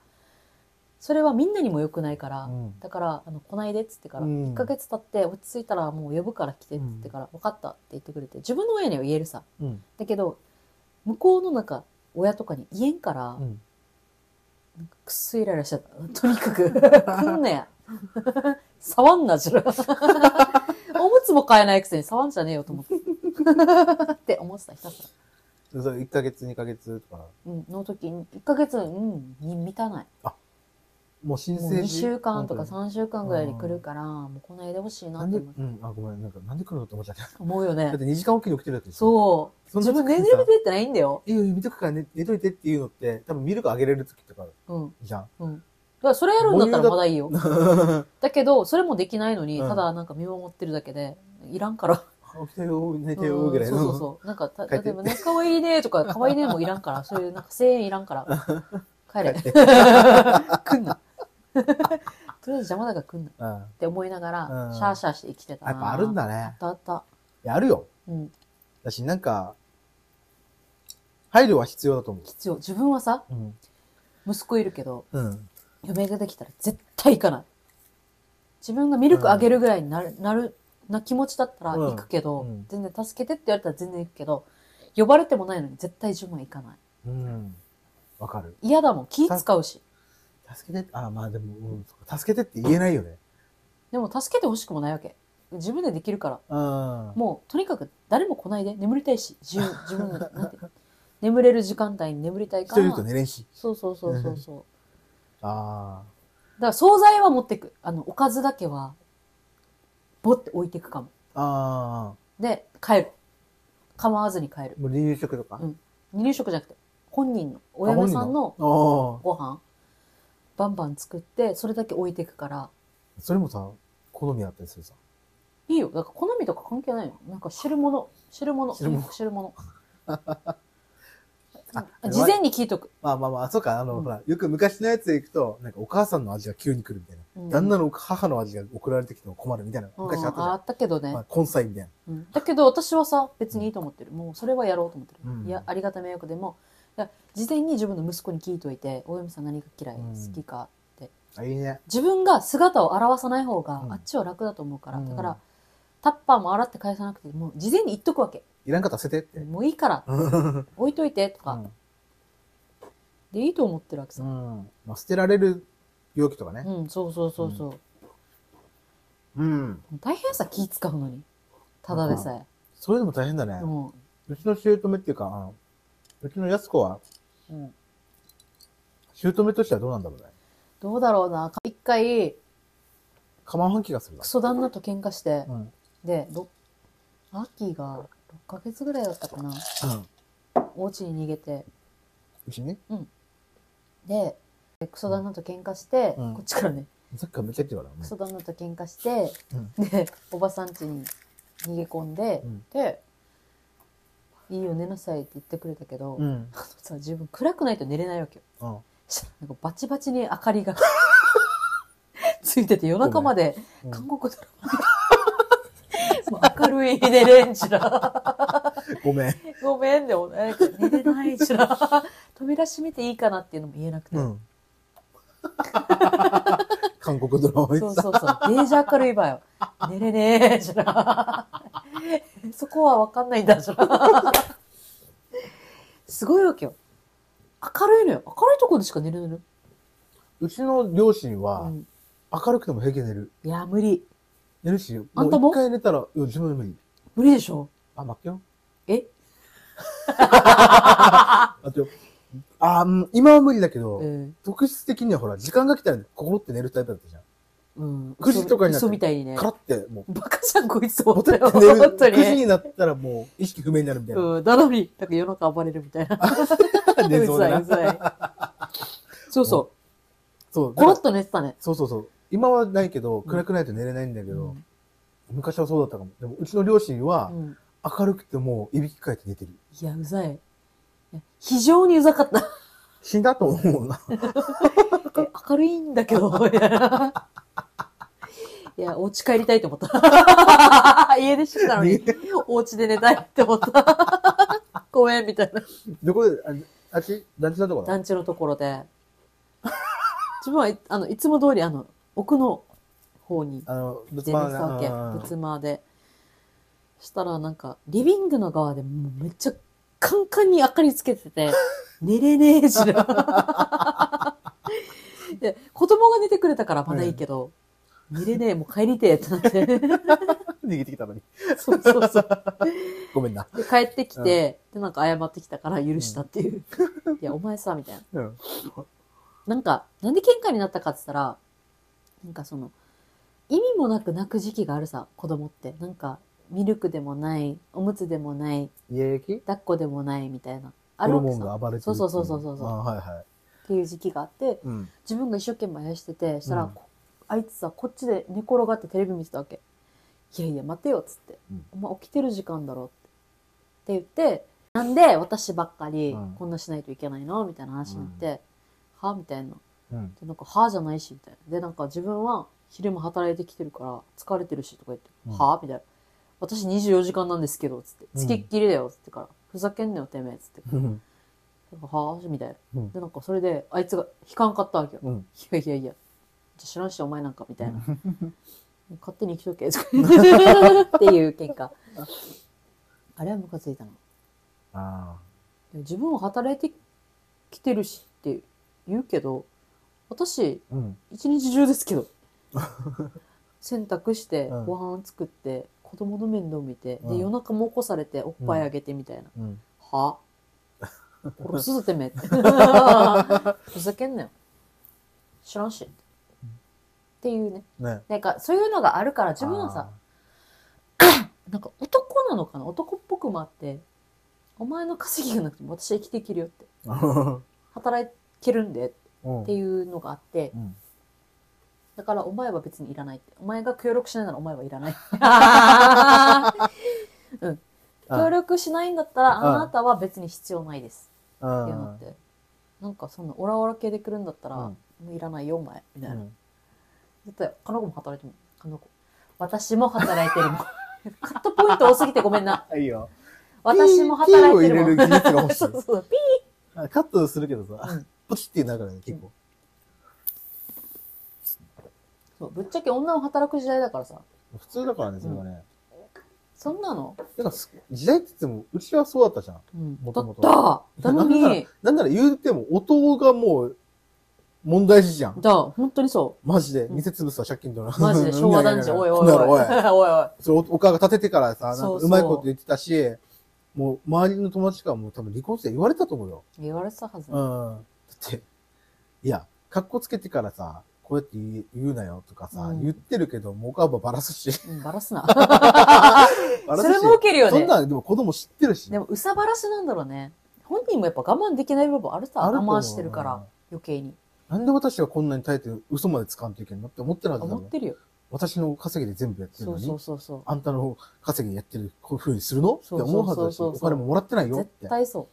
Speaker 1: それはみんなにも良くないから、
Speaker 2: うん
Speaker 1: だから、あの、来ないでっつってから、
Speaker 2: うん
Speaker 1: 1ヶ月経って落ち着いたらもう呼ぶから来てっつってから、分かったって言ってくれて、自分の親には言えるさ。
Speaker 2: うん。
Speaker 1: だけど向こうのなんか親とかに言えんから、
Speaker 2: うん。
Speaker 1: くっそイライラしちゃった [LAUGHS] とにかく来んなや [LAUGHS] 触んなじゃ [LAUGHS] おむつも買えないくせに触んじゃねえよと思ってって思ってたひたすら、
Speaker 2: そうそう、1ヶ月、2ヶ月とか。
Speaker 1: うん、の時に1ヶ月、うん、に満たない
Speaker 2: もう申
Speaker 1: もう
Speaker 2: 請
Speaker 1: 2週間とか
Speaker 2: 本
Speaker 1: 3週間ぐらいで来るからもうこの間でほしい
Speaker 2: 当
Speaker 1: な
Speaker 2: な
Speaker 1: っ
Speaker 2: ん
Speaker 1: て
Speaker 2: で、
Speaker 1: 思う
Speaker 2: うん、あ、ごめん、なんか、なんで来るのって思っちゃった。だ
Speaker 1: 思うよね
Speaker 2: って2時間おきに起きてるわけでしょ。
Speaker 1: そう
Speaker 2: そん
Speaker 1: 自
Speaker 2: な
Speaker 1: 分寝れるってないんだよ
Speaker 2: いいよ、見とくから寝寝といてっていうのって、多分ミルクあげれる時とか
Speaker 1: うん [LAUGHS]
Speaker 2: じゃん。
Speaker 1: うんだからそれやるんだったらまだいいよ
Speaker 2: 起
Speaker 1: だけど、それもできないのに、
Speaker 2: うん
Speaker 1: ただなんか見守ってるだけで、いらんから。
Speaker 2: きたよ、寝て
Speaker 1: う
Speaker 2: よ、
Speaker 1: ん
Speaker 2: ぐらい
Speaker 1: そ
Speaker 2: の。
Speaker 1: うそうそう。なんか、た
Speaker 2: 帰って
Speaker 1: 例えばね、かわいいねとか、かわいいねもいらんから、そういうなんか声援いらんから。帰れ。
Speaker 2: [LAUGHS] 帰
Speaker 1: 来
Speaker 2: って
Speaker 1: んな。 [LAUGHS] とりあえず邪魔だから来んなっ
Speaker 2: うん。や
Speaker 1: て思いながら
Speaker 2: う、ん
Speaker 1: シャーシャーして生きてたな。
Speaker 2: っぱあるんだ
Speaker 1: あ
Speaker 2: ね
Speaker 1: っ。たあった。
Speaker 2: いやあるよ。
Speaker 1: うん。
Speaker 2: だし、なんか、配慮は必要だと思
Speaker 1: 必要。自分はさ、
Speaker 2: う。うん。
Speaker 1: 息子いるけど、
Speaker 2: うん。
Speaker 1: 嫁ができたら絶対行かない。自分がミルクあげるぐらいになる、なる、な気持ちだったら行くけど、
Speaker 2: うんうん
Speaker 1: 全然助けてって言われたら全然行くけど、呼ばれてもないのに絶対自分は行かない。
Speaker 2: うん。わかる。
Speaker 1: 嫌だもん、気使うし。
Speaker 2: 助けて、あ、まあでも、うん、そっか助けてって言えないよね。
Speaker 1: でも助けてほしくもないわけ。自分でできるから。
Speaker 2: うん。
Speaker 1: もう、とにかく誰も来ないで、眠りたいし、自由、自分が、なんて
Speaker 2: [LAUGHS]
Speaker 1: いうの眠れる時間帯に眠りたい
Speaker 2: 一
Speaker 1: か
Speaker 2: 人い
Speaker 1: ら
Speaker 2: ると。寝れんし。
Speaker 1: そうそうそうそうそう。
Speaker 2: あ
Speaker 1: だから、惣菜は持ってく。あの、おかずだけは、ぼって置いてくかも。
Speaker 2: あ。ああ。
Speaker 1: で、帰る。構わずに帰る。
Speaker 2: もう離乳食とか。
Speaker 1: 離乳食じゃなくて、本人の、お嫁さんの
Speaker 2: ああ。
Speaker 1: ご飯、バンバン作って、それだけ置いていくから、
Speaker 2: それもさ、好みだったりするさ。
Speaker 1: いいよ。なんか好みとか関係ないよ。なんか汁物、汁物、
Speaker 2: 汁物
Speaker 1: うん汁
Speaker 2: [LAUGHS]
Speaker 1: 物。
Speaker 2: あ
Speaker 1: うん事前に聞いとく。
Speaker 2: まあまあまあ、そうか、あの、
Speaker 1: うん
Speaker 2: ほら、よく昔のやつで行くと、なんかお母さんの味が急に来るみたいな。
Speaker 1: うん
Speaker 2: 旦那の母の味が送られてきても困るみたいな、昔あったじゃ
Speaker 1: うん
Speaker 2: ん
Speaker 1: あったけどね。
Speaker 2: まあ。根菜みたいな。
Speaker 1: うんだけど私はさ別にいいと思ってるもうそれはやろうと思ってる、
Speaker 2: うん
Speaker 1: いやありがた迷惑でもいや事前に自分の息子に聞いといて大嫁さん何が嫌い、
Speaker 2: うん
Speaker 1: 好きか
Speaker 2: あ、いいね。
Speaker 1: 自分が姿を現さない方が、
Speaker 2: うん
Speaker 1: あっちは楽だと思うから、
Speaker 2: うん
Speaker 1: だからタッパーも洗って返さなくてもう事前に言っとくわけ
Speaker 2: いらんかったら捨ててって。
Speaker 1: もういいから
Speaker 2: [LAUGHS] うん。
Speaker 1: 置いといてと
Speaker 2: う
Speaker 1: か、
Speaker 2: ん
Speaker 1: でいいと思ってるわけ
Speaker 2: う
Speaker 1: さ、
Speaker 2: ん。まあ、捨てられる容器とかね。
Speaker 1: うん、そうそうそうそう、
Speaker 2: うん。
Speaker 1: 大変さ気使うのにただでさえ、
Speaker 2: それでも大変だね。
Speaker 1: も
Speaker 2: うちの姑っていうか、あのうちの安子は、
Speaker 1: う、うん、
Speaker 2: 姑としてはどうなんだろうね。
Speaker 1: どうだろうな一回
Speaker 2: 釜飯気がするな
Speaker 1: ク。ソ旦那と喧嘩して、
Speaker 2: うん。うん。
Speaker 1: で、ろ秋が6ヶ月ぐらいだったかな。お家に逃げて。
Speaker 2: うちね。
Speaker 1: で、クソ旦那と喧嘩して、
Speaker 2: うん
Speaker 1: こっちからね、
Speaker 2: さっきからめっちゃ言ってるから
Speaker 1: ク
Speaker 2: ね。
Speaker 1: ソ旦那と喧嘩して、
Speaker 2: う
Speaker 1: で、おばさん家に逃げ込んで、
Speaker 2: うん
Speaker 1: で、いいよ寝なさいって言ってくれたけど、
Speaker 2: うん。
Speaker 1: あのさ、自分暗くないと寝れないわけよ。
Speaker 2: うん。
Speaker 1: したらなんかバチバチに明かりが [LAUGHS] ついてて夜中まで
Speaker 2: うん
Speaker 1: 韓国ドラマ、もう明るい寝れんじら。
Speaker 2: [LAUGHS] ごめん。
Speaker 1: ごめんでもね、寝れないじゃん。扉閉めていいかなっていうのも言えなくて。
Speaker 2: うん。 [LAUGHS] 韓国ドラマ見て
Speaker 1: そう
Speaker 2: た。
Speaker 1: そうそう。デージ明るい場よ。寝れねえじゃん。そこはわかんないんだじゃん。すごいわけよ。明るいのよ。明るいところでしか寝れないの。
Speaker 2: うちの両親
Speaker 1: う
Speaker 2: は、
Speaker 1: ん
Speaker 2: 明るくても平気で寝る。
Speaker 1: いや、無理。
Speaker 2: 寝るし、も
Speaker 1: あん
Speaker 2: う
Speaker 1: たも
Speaker 2: 一回寝たら、いや自分でもいい。
Speaker 1: 無理でしょ
Speaker 2: あ、負けよ。
Speaker 1: え
Speaker 2: あと、あー、うん今は無理だけど、
Speaker 1: うん。
Speaker 2: 特質的にはほら、時間が来たら心って寝るタイプだったじゃん。
Speaker 1: うん。
Speaker 2: 9時とかになって
Speaker 1: 嘘みたいにね
Speaker 2: カ。ラって、もう、
Speaker 1: バカじゃん、こいつ。 [LAUGHS] 本当に。
Speaker 2: 寝る。
Speaker 1: 本当
Speaker 2: 9時
Speaker 1: に。
Speaker 2: になったらもう、意識不明になるみたいな。
Speaker 1: うん。なのに、なんか夜中暴れるみたいな。
Speaker 2: 寝
Speaker 1: う
Speaker 2: そう
Speaker 1: ざ
Speaker 2: だ
Speaker 1: い、う
Speaker 2: な。
Speaker 1: ざい。そうそう。
Speaker 2: そう。
Speaker 1: コロッと寝てたね。
Speaker 2: そうそうそう。今はないけど、暗くないと寝れないんだけど、昔はそうだったかも。でも、うちの両親は
Speaker 1: う、ん
Speaker 2: 明るくてもう、いびきかいて寝てる。
Speaker 1: いや、うざい。いや非常にうざかった。
Speaker 2: 死んだと思うな。
Speaker 1: え明るいんだけど。みたいないや、お家帰りたいと思った。家出してたのに、お家で寝たいって思った。ごめん、みたいな。
Speaker 2: どこで、ああっち団地だとか
Speaker 1: 団地のところで。自分はい、あの、いつも通り、あの、奥の方に
Speaker 2: あの、仏
Speaker 1: 全然したわけ。
Speaker 2: 間
Speaker 1: 仏間で。したらなんか、リビングの側でもうめっちゃカンカンに明かりつけて [LAUGHS] て、寝れねえしな。 [LAUGHS] で、子供が寝てくれたからまだいいけど、寝れねえ、もう帰りてえってな [LAUGHS] って。
Speaker 2: [LAUGHS] 逃げてきたのに。
Speaker 1: そうそうそう。
Speaker 2: [LAUGHS] ごめんな。
Speaker 1: で、帰ってきて、で、なんか謝ってきたから許したっていう。いや、お前さ、みたいな。
Speaker 2: うん。
Speaker 1: なんか、なんで喧嘩になったかって言ったら、なんかその、意味もなく泣く時期があるさ、子供って。なんか、ミルクでもない、おむつでもない、
Speaker 2: 家駅
Speaker 1: 抱っこでもないみたいな。ある
Speaker 2: ホル
Speaker 1: わけ
Speaker 2: モン
Speaker 1: さ。
Speaker 2: が暴れてる。
Speaker 1: そうそうそうそうそうそう
Speaker 2: あはいはい。
Speaker 1: っていう時期があって、
Speaker 2: うん。
Speaker 1: 自分が一生懸命あやしてて、したら、
Speaker 2: うん
Speaker 1: こあいつさ、こっちで寝転がってテレビ見てたわけ。いやいや、待てよ、っつって。
Speaker 2: うん
Speaker 1: お前起きてる時間だろって。って言って、なんで私ばっかり
Speaker 2: うん
Speaker 1: こんなしないといけないのみたいな話になって、はみたいな。
Speaker 2: うん。 [LAUGHS]
Speaker 1: で、なんか、はあじゃないし、みたいな。で、なんか自分は昼も働いてきてるから、疲れてるし、とか言って、
Speaker 2: うん
Speaker 1: はあみたいな。私24時間なんですけど、つって。
Speaker 2: うん
Speaker 1: つきっきりだよ、つってから。ふざけんなよ、てめえ、つって。
Speaker 2: うん。
Speaker 1: なんかはあみたいな。
Speaker 2: うん
Speaker 1: で、なんかそれで、あいつが引かんかったわけよ。
Speaker 2: うん。
Speaker 1: いやいやいや。じゃあ知らんし、お前なんか、みたいな。勝手に生きとけ、とかっていう喧嘩。あれはムカついたな。
Speaker 2: [LAUGHS] ああ。
Speaker 1: でも自分は働いてきてるしって言うけど、私、
Speaker 2: うん。
Speaker 1: 一日中ですけ
Speaker 2: [LAUGHS]
Speaker 1: ど洗濯して
Speaker 2: うん
Speaker 1: ご飯作って、子供の面倒見て、
Speaker 2: うん
Speaker 1: で夜中も起こされておっぱいあげてみたいな、
Speaker 2: うん。
Speaker 1: は殺すぞてめえ
Speaker 2: [LAUGHS]
Speaker 1: ってふざけんなよ知らんし、っていうね
Speaker 2: ね。
Speaker 1: なんかそういうのがあるから自分はさなんか男なのかな男っぽくもあってお前の稼ぎがなくても私は生きていけるよって
Speaker 2: あー。 [LAUGHS]
Speaker 1: 働けるんで
Speaker 2: うん
Speaker 1: っていうのがあって、
Speaker 2: うん。
Speaker 1: だからお前は別にいらないって。お前が協力しないならお前はいらない。 [LAUGHS] 協
Speaker 2: あ
Speaker 1: 力しないんだったら
Speaker 2: あ
Speaker 1: あなたは別に必要ないです。
Speaker 2: あ
Speaker 1: っていうのって。なんかそんなオラオラ系で来るんだったら、
Speaker 2: うん
Speaker 1: もういらないよお前。みたいな。
Speaker 2: うん
Speaker 1: だって、かのこも働いてるもん。かのこ。私も働いてるもん。 [LAUGHS] カットポイント多すぎてごめんな。
Speaker 2: いいよ。
Speaker 1: 私も働いてるもん。
Speaker 2: ピーを入れる技術が欲し
Speaker 1: [LAUGHS]
Speaker 2: い
Speaker 1: そうそう。ピ
Speaker 2: [LAUGHS] あカットするけど
Speaker 1: う
Speaker 2: さ
Speaker 1: ん、
Speaker 2: ポチってなるからね、結構。
Speaker 1: そうぶっちゃけ女を働く時代だからさ。
Speaker 2: 普通だからね、それはね。
Speaker 1: そんなの
Speaker 2: だからす、時代って言っても、うちはそうだったじゃん。
Speaker 1: うん。だ
Speaker 2: も
Speaker 1: った
Speaker 2: ともと
Speaker 1: だの
Speaker 2: [LAUGHS] なんなら
Speaker 1: に、
Speaker 2: なんなら言うても、音がもう、問題児じゃん。
Speaker 1: だ、本当にそ
Speaker 2: マジで、
Speaker 1: うん
Speaker 2: 店潰すわ、借金取るわ。
Speaker 1: う。マジ
Speaker 2: [LAUGHS]
Speaker 1: で昭和男児、おいおい
Speaker 2: なん
Speaker 1: お
Speaker 2: だ
Speaker 1: い。
Speaker 2: ろ
Speaker 1: お
Speaker 2: お
Speaker 1: い
Speaker 2: い。
Speaker 1: [LAUGHS] おい。
Speaker 2: それおお母が立ててからさ、なんか
Speaker 1: そうそう
Speaker 2: うまいこと言ってたし、もう周りの友達からも多分離婚して言われたと思うよ。
Speaker 1: 言われてたはず
Speaker 2: うん。。だって、いや、格好つけてからさ、こうやって言う言うなよとかさ、
Speaker 1: うん
Speaker 2: 言ってるけど、もうお母ばばらす
Speaker 1: [LAUGHS]
Speaker 2: し。
Speaker 1: うん、バラすな。
Speaker 2: ばら
Speaker 1: そ
Speaker 2: すし。
Speaker 1: れも受けるよ
Speaker 2: そん
Speaker 1: ね。
Speaker 2: なん、でも子供知ってるし。
Speaker 1: でも、うさばらしなんだろうね。本人もやっぱ我慢できない部分あるさ、
Speaker 2: あると
Speaker 1: 我
Speaker 2: 思う
Speaker 1: 慢してるから、余計に。
Speaker 2: なんで私がこんなに耐えて嘘までつかんといけんのって思ってるはずだ
Speaker 1: 思
Speaker 2: もん
Speaker 1: っ。てるよ。
Speaker 2: 私の稼ぎで全部やってる
Speaker 1: そ
Speaker 2: の
Speaker 1: う
Speaker 2: に。
Speaker 1: そうそうそう。
Speaker 2: あんたの稼ぎでやってる、こういう風にするのって
Speaker 1: そうそう
Speaker 2: 思うはずだし、
Speaker 1: そうそう
Speaker 2: お
Speaker 1: そう
Speaker 2: 金ももらってないよっ
Speaker 1: 絶
Speaker 2: て。
Speaker 1: 対そ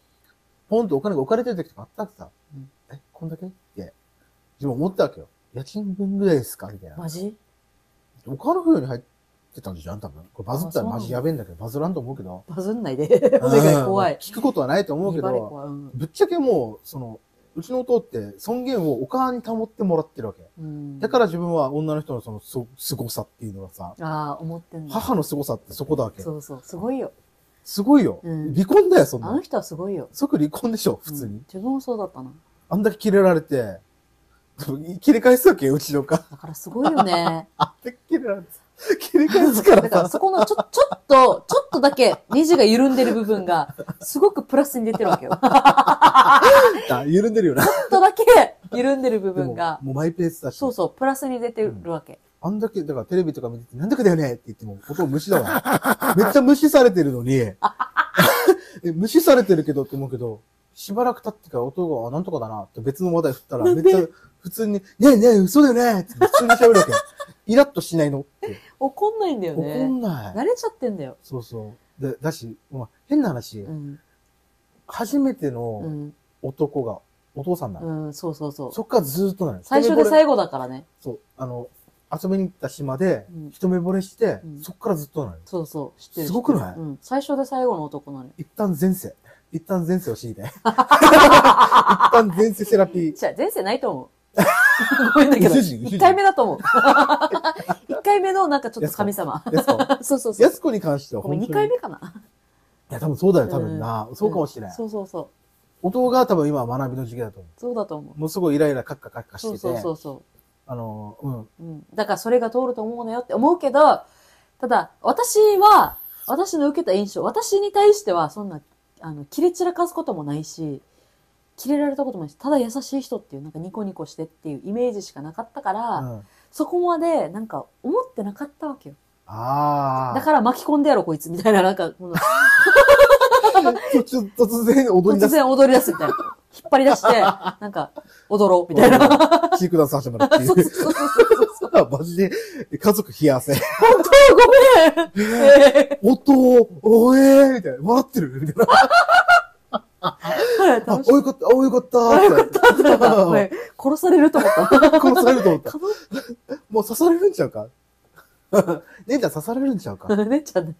Speaker 2: ポンとお金が置かれてる時とかあったわけさ、
Speaker 1: うん。
Speaker 2: え、こんだけって、自分思ったわけよ。家賃分ぐらいですかみたいうな。
Speaker 1: マジ
Speaker 2: お金の風に入ってたんじゃん多分。これバズった
Speaker 1: あそう
Speaker 2: ら
Speaker 1: なの
Speaker 2: マジやべえんだけど、バズらんと思うけど。
Speaker 1: バズんないで。お願い怖
Speaker 2: うん
Speaker 1: い。
Speaker 2: 聞くことはないと思うけ
Speaker 1: 粘り
Speaker 2: ど、
Speaker 1: 怖いうん
Speaker 2: ぶっちゃけもう、その、うちの弟って尊厳をお母に保ってもらってるわけ。
Speaker 1: うん。
Speaker 2: だから自分は女の人のそのそ凄さっていうのがさ、
Speaker 1: ら、ああ、思ってんだ。
Speaker 2: 母の凄さってそこだわけ。
Speaker 1: そうそう、すごいよ。
Speaker 2: すごいよ。
Speaker 1: うん
Speaker 2: 離婚だよ、そん
Speaker 1: あ
Speaker 2: な
Speaker 1: の
Speaker 2: の。
Speaker 1: 人はすごいよ。
Speaker 2: 即離婚でしょ、普通
Speaker 1: う
Speaker 2: に。
Speaker 1: ん自分もそうだったな。
Speaker 2: あんだけキレられて、切り返すわけよ、うちのか。
Speaker 1: だからすごいよ
Speaker 2: [LAUGHS]
Speaker 1: ね。
Speaker 2: あんだけ切れられて、切り返すか
Speaker 1: だ
Speaker 2: ら
Speaker 1: から
Speaker 2: さ。
Speaker 1: そこのちょ、ちょっと、ちょっとだけネジが緩んでる部分が、すごくプラスに出てるわけよ。ちょっ
Speaker 2: あ緩んでるよな。
Speaker 1: とだけ緩んでる部
Speaker 2: でも
Speaker 1: 分が、
Speaker 2: もうマイペースだし。
Speaker 1: そうそう、プラスに出てるわけ。
Speaker 2: あんだけ、だからテレビとか見てて、なんだかだよねって言っても、音無視だ
Speaker 1: [LAUGHS]
Speaker 2: わ。めっちゃ無視されてるのに、 [LAUGHS] え無視されてるけどって思うけど、しばらく経ってから音が、あ、なんとかだなって別の話題振ったら、
Speaker 1: な
Speaker 2: め
Speaker 1: ん
Speaker 2: っ
Speaker 1: で
Speaker 2: ちゃ普通に、ねえねえ、嘘だよねって普通に喋るわけ。イラッとしないのって。
Speaker 1: 怒んないんだよ
Speaker 2: 怒
Speaker 1: ね。
Speaker 2: んない。
Speaker 1: 慣れちゃってんだよ。
Speaker 2: そうそう。で、だし、まあ、変な話、
Speaker 1: うん。
Speaker 2: 初めて
Speaker 1: う
Speaker 2: の
Speaker 1: ん。
Speaker 2: 男がお父さんだ。
Speaker 1: うん、そうそうそう。
Speaker 2: そっからずーっとなのよ。
Speaker 1: 最初
Speaker 2: 一目
Speaker 1: で
Speaker 2: 惚れ
Speaker 1: 最後だからね。
Speaker 2: そう、あの、遊びに行った島で
Speaker 1: うん、
Speaker 2: 一目惚れして、
Speaker 1: うん
Speaker 2: そっからずっとなのよ。
Speaker 1: そうそう、知ってる。
Speaker 2: すごくない
Speaker 1: うん。最初で最後の男なのよ。
Speaker 2: 一旦前世。一旦前世を知り
Speaker 1: [LAUGHS]
Speaker 2: たい。一旦前世セラピー。
Speaker 1: じゃあ、前世ないと
Speaker 2: [LAUGHS]
Speaker 1: 思う。ごめんだけど。
Speaker 2: 主人
Speaker 1: 一回目だと思う。 [LAUGHS] 一回目のなんかちょっと神様。
Speaker 2: やすこ。
Speaker 1: [LAUGHS] そうそうそ
Speaker 2: や
Speaker 1: う。
Speaker 2: すこに関しては
Speaker 1: ごめ
Speaker 2: 本
Speaker 1: ん、
Speaker 2: 当
Speaker 1: 二
Speaker 2: に。
Speaker 1: 回
Speaker 2: い
Speaker 1: 目かな。
Speaker 2: や、多分そうだよ、多分な。そうかもしれ。
Speaker 1: うんそうそうそう。
Speaker 2: 弟が多分今は学びの時期だと思
Speaker 1: そうだと思
Speaker 2: う。もうすごいイライラカッカカッカ
Speaker 1: う。
Speaker 2: し
Speaker 1: そ
Speaker 2: て
Speaker 1: う
Speaker 2: て。
Speaker 1: そうそうそ
Speaker 2: あの、うん。
Speaker 1: う。うん。だからそれが通ると思うのよって思うけど、ただ、私は、私の受けた印象、私に対しては、そんな、あの、切れ散らかすこともないし、切れられたこともないし、ただ優しい人っていう、なんかニコニコしてっていうイメージしかなかったから、
Speaker 2: うん、
Speaker 1: そこまで、なんか、思ってなかったわけよ。
Speaker 2: ああ。
Speaker 1: だから巻き込んでやろう、こいつ、みたいな、なんか、この
Speaker 2: ら、ちょっと突然踊り
Speaker 1: [LAUGHS] 突
Speaker 2: 出す。
Speaker 1: 然踊り出すみたいな。引っ張り出 [LAUGHS] して、なんか、踊ろう、みたいな。 [LAUGHS]
Speaker 2: シークダンス始まるって
Speaker 1: そう
Speaker 2: い
Speaker 1: そうそ
Speaker 2: う。
Speaker 1: うそうそう。
Speaker 2: マジで、家族冷や汗。
Speaker 1: ご [LAUGHS] めん、
Speaker 2: 音を、おえーみたいな。笑ってるみたいな。あ
Speaker 1: 楽し、
Speaker 2: およかった、およかったーみたい
Speaker 1: かったな。はい殺されると思った。
Speaker 2: な。 [LAUGHS] 殺されると思った
Speaker 1: か。
Speaker 2: [LAUGHS] もう刺されるんちゃうか [LAUGHS] 姉ちゃん刺されるんちゃうか [LAUGHS]
Speaker 1: の姉ちゃんね、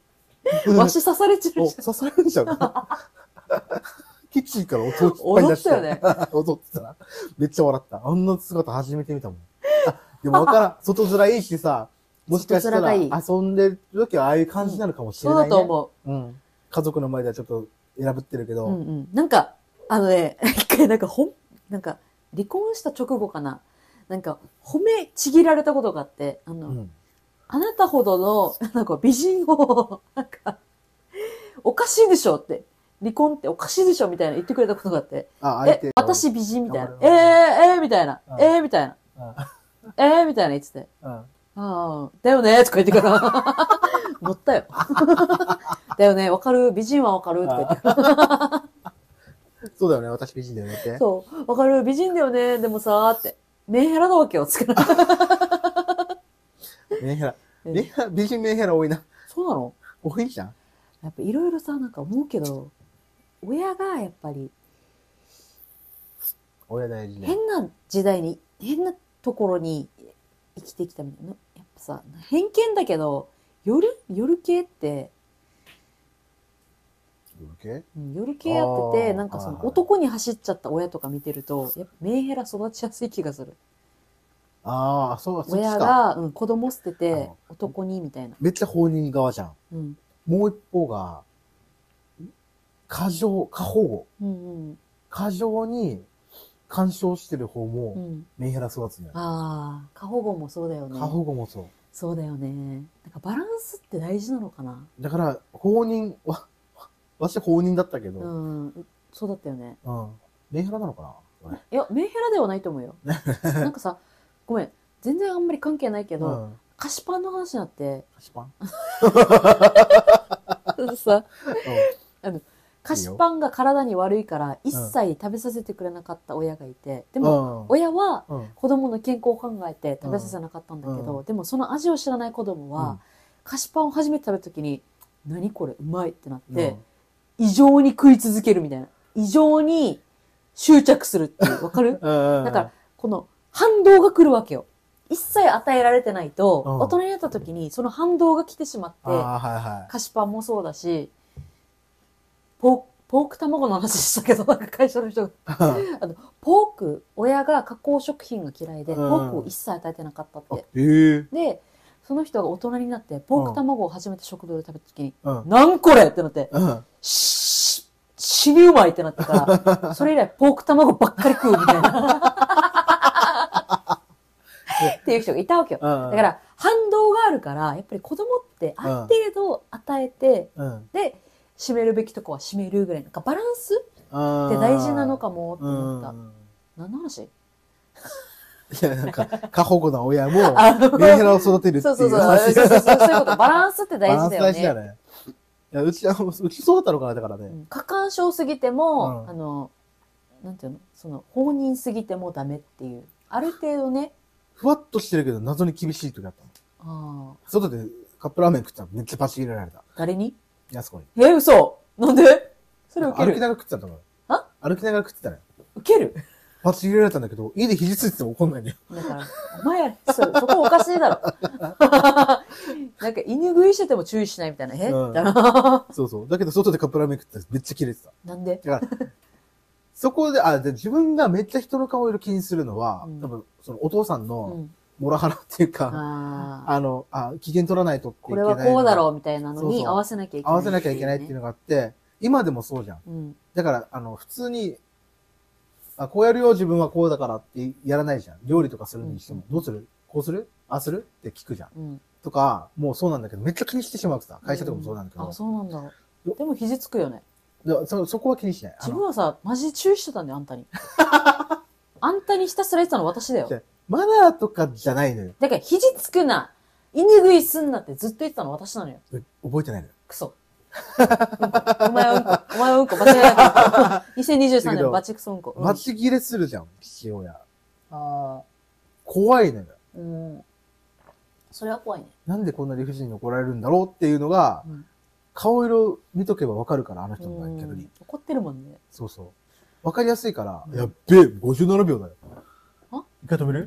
Speaker 1: わし刺されちゃう
Speaker 2: お
Speaker 1: じ
Speaker 2: 刺されるん [LAUGHS] ちゃうかキッチンから音を引っ張り
Speaker 1: 踊
Speaker 2: 出
Speaker 1: っ
Speaker 2: した
Speaker 1: よね。
Speaker 2: た [LAUGHS] 踊ってたな。めっちゃ笑った。あんな姿初めて見たもん。あ、でもわからん。外面いいしさ、もしかした
Speaker 1: 外面
Speaker 2: ら
Speaker 1: がいい
Speaker 2: 遊んでる時はああいう感じなのかもしれ
Speaker 1: そう
Speaker 2: ない、
Speaker 1: だ
Speaker 2: ね。
Speaker 1: と思
Speaker 2: う。ん。家族の前ではちょっと選ぶってるけ
Speaker 1: う。
Speaker 2: ど、
Speaker 1: うんうん。なんか、あのね、一回なんか、ほん、なんか、離婚した直後かな。なんか、褒めちぎられたことがあって、あの、
Speaker 2: うん
Speaker 1: あなたほどの、なんか美人を、なんか、おかしいでしょって。離婚っておかしいでしょみたいな言ってくれたことがあって。
Speaker 2: あ、相手
Speaker 1: え、。私美人みたいな
Speaker 2: わ。
Speaker 1: えー
Speaker 2: かるわか
Speaker 1: えーみたいな
Speaker 2: う。ん
Speaker 1: えーみたいな。えーみたいな言ってて。
Speaker 2: うん。うん
Speaker 1: ああ、だよねとか言ってから。 [LAUGHS] 乗ったよ。 [LAUGHS] だよねわかる美人はわかるとか言って
Speaker 2: そうだよね。私美人だよねって。
Speaker 1: そう。わかる美人だよねでもさーって。メンヘラなわけよ。つけら
Speaker 2: メンヘラ。メンヘラ、美人メンヘラ多いな。
Speaker 1: そうなの
Speaker 2: 多いじゃん。
Speaker 1: やっぱいろいろさ、なんか思うけど、親がやっぱり、
Speaker 2: 親大事ね。
Speaker 1: 変な時代に、変なところに生きてきたみたいな。やっぱさ、偏見だけど、夜、夜系って、
Speaker 2: 系
Speaker 1: うん夜系やって
Speaker 2: あ
Speaker 1: て、
Speaker 2: ー
Speaker 1: なんかそ
Speaker 2: はい
Speaker 1: の
Speaker 2: はい
Speaker 1: 男に走っちゃった親とか見てると、やっぱメンヘラ育ちやすい気がする。
Speaker 2: ああ、そう、そっ
Speaker 1: 親
Speaker 2: ちか。
Speaker 1: が、うん、子供捨て
Speaker 2: あ
Speaker 1: て
Speaker 2: の
Speaker 1: 男にみたいな。
Speaker 2: めっちゃ法人側じゃん。
Speaker 1: うん。
Speaker 2: もう一方が、過剰、過保護。
Speaker 1: うんうん。
Speaker 2: 過剰に干渉してる方
Speaker 1: う
Speaker 2: も
Speaker 1: ん。
Speaker 2: メンヘラ育つんや。
Speaker 1: ああ、過保護もそうだよね
Speaker 2: 過。保護もそう。
Speaker 1: そうだよね。なんかバランスって大事なのかな。
Speaker 2: だから、放任、わ、わわし放任だったけど、
Speaker 1: う
Speaker 2: うん。
Speaker 1: ん。そうだったよね。
Speaker 2: メンヘラなのかな俺
Speaker 1: いや、メンヘラではないと思う
Speaker 2: [LAUGHS]
Speaker 1: よ。なんかさ、ごめん。全然あんまり関係ないけど、
Speaker 2: ん。
Speaker 1: 菓子パンの話になって、
Speaker 2: 菓子パン
Speaker 1: [LAUGHS] さ、
Speaker 2: う
Speaker 1: 菓子パンが体に悪いから一切食べさせてくれなかった親がいて、でも、
Speaker 2: ん。
Speaker 1: 親は
Speaker 2: うん。うん。
Speaker 1: 子供の健康を考えて食べさせなかったんだけど、
Speaker 2: う
Speaker 1: でもその味を知らない子供は、菓子パンを初めて食べた時に「何これうまい」ってなっ
Speaker 2: うん、
Speaker 1: て、異常に食い続けるみたいな異常に執着するって
Speaker 2: [LAUGHS]
Speaker 1: いうわかる
Speaker 2: うん。
Speaker 1: だからこの反動が来るわけよ一切与えられてないと、
Speaker 2: うん
Speaker 1: 大人になった時にその反動が来てしまって
Speaker 2: ああ、はいはい。
Speaker 1: 菓子パンもそうだしポポーク卵の話したけど [LAUGHS] なんか会社の人があのポーク親が加工食品が嫌いで、
Speaker 2: うん
Speaker 1: ポークを一切与えてなかったっ
Speaker 2: あ
Speaker 1: て
Speaker 2: ええ。
Speaker 1: でその人が大人になってポーク卵を初めて食堂で食べた時に
Speaker 2: うん。
Speaker 1: なんこれってなって、
Speaker 2: うん。
Speaker 1: し、死にうまいってなって [LAUGHS] から、それ以来ポーク卵ばっかり食うみたいな。っていう人がいたわけよ。だ
Speaker 2: だ
Speaker 1: か、ら、反動があるから、やっぱり子供ってある程度与えて、
Speaker 2: うん。
Speaker 1: で、締めるべきとこは締めるぐらい。なんかバランス
Speaker 2: あ
Speaker 1: っ
Speaker 2: ー
Speaker 1: て大事なのかもって思った。
Speaker 2: うん
Speaker 1: 何の話
Speaker 2: いや、なんか、過保護な親も、
Speaker 1: あの
Speaker 2: メンヘラを育てるって
Speaker 1: そ
Speaker 2: い
Speaker 1: う
Speaker 2: う話。
Speaker 1: そうそう。そうそうそうそういうこと。バランスって
Speaker 2: バ
Speaker 1: 大
Speaker 2: ラ
Speaker 1: 事
Speaker 2: ンス
Speaker 1: だよ
Speaker 2: 大事だ
Speaker 1: ね。
Speaker 2: ね。いや、うち、あのうちそうだったのかな、だから
Speaker 1: う
Speaker 2: ね。
Speaker 1: ん過干渉すぎても、
Speaker 2: うん
Speaker 1: あの、なんていうのその、放任すぎてもダメっていう。ある程度ね、
Speaker 2: ふわっとしてるけど、謎に厳しい時だったの。
Speaker 1: ああ、
Speaker 2: 外でカップラーメン食ったらめっちゃパチ入れられた。
Speaker 1: 誰に
Speaker 2: やすこに。
Speaker 1: え、嘘なんでそれ受け
Speaker 2: 歩き
Speaker 1: る
Speaker 2: ながら食ってたと思う。
Speaker 1: あ
Speaker 2: 歩きながら食ってたね。
Speaker 1: 受ける
Speaker 2: パチ入れられたんだけど、家で肘ついてても怒
Speaker 1: [LAUGHS]
Speaker 2: んないんだよ。
Speaker 1: だから、お前そ、そこおかしいだ
Speaker 2: [LAUGHS]
Speaker 1: ろ。なんか犬食いしてても注意しないみたいな。え、
Speaker 2: うん
Speaker 1: だな。
Speaker 2: そうそう。だけど、外でカップラーメン食ったらめっちゃ切れてた。
Speaker 1: なんで
Speaker 2: だから、そこで、あ、で自分がめっちゃ人の顔色気にするのは、
Speaker 1: うん
Speaker 2: 多分、そのお父さん
Speaker 1: う
Speaker 2: の
Speaker 1: ん。
Speaker 2: モラハラっていうか、
Speaker 1: ああ。
Speaker 2: あの、あ、機嫌取らないとってい
Speaker 1: こ
Speaker 2: け
Speaker 1: れ
Speaker 2: ないの
Speaker 1: は
Speaker 2: が
Speaker 1: こうだろうみたいなの
Speaker 2: そうそ
Speaker 1: に
Speaker 2: う
Speaker 1: 合わせなきゃいけない。
Speaker 2: 合わせなきゃいけないっていうのがあって、今でもそうじゃん。
Speaker 1: うん。
Speaker 2: だから、あの、普通に、あ、こうやるよ、自分はこうだからってやらないじゃん。料理とかするにしても、
Speaker 1: うん
Speaker 2: どうするこうするあ、するって聞くじゃん。
Speaker 1: うん。
Speaker 2: とか、もうそうなんだけど、めっちゃ気にしてしまうってさ、会社とかもそうなんだけど、
Speaker 1: あ、そうなんだ。でも肘つくよね。
Speaker 2: でそそこは気にしない。あ
Speaker 1: 自
Speaker 2: の、
Speaker 1: 分はさ、マジで注意してたんだよ、あんたに。
Speaker 2: [LAUGHS]
Speaker 1: あんたにひたすら言ってたの私だよ
Speaker 2: じゃ。マナーとかじゃないのよ。
Speaker 1: だから、肘つくな、犬食いすんなってずっと言ってたの私なのよ。
Speaker 2: 覚えてないのよ。
Speaker 1: クソ。うんこお前はうん
Speaker 2: [LAUGHS]
Speaker 1: こ。お前はうんこ。間違いなく。2023年のバチクソうんこ。うん
Speaker 2: 待ち切れするじゃん、父親。
Speaker 1: あ
Speaker 2: 怖いのよ。
Speaker 1: ーうん。それは怖いね。
Speaker 2: なんでこんな理不尽に怒られるんだろうっていうのが、
Speaker 1: うん
Speaker 2: 顔色見とけばわかるから、あの人
Speaker 1: う
Speaker 2: の
Speaker 1: ん
Speaker 2: 逆に。
Speaker 1: 怒ってるもんね。
Speaker 2: そうそう。わかりやすいから、
Speaker 1: うん
Speaker 2: やっべえ、57秒だよ
Speaker 1: あ。
Speaker 2: 一回止める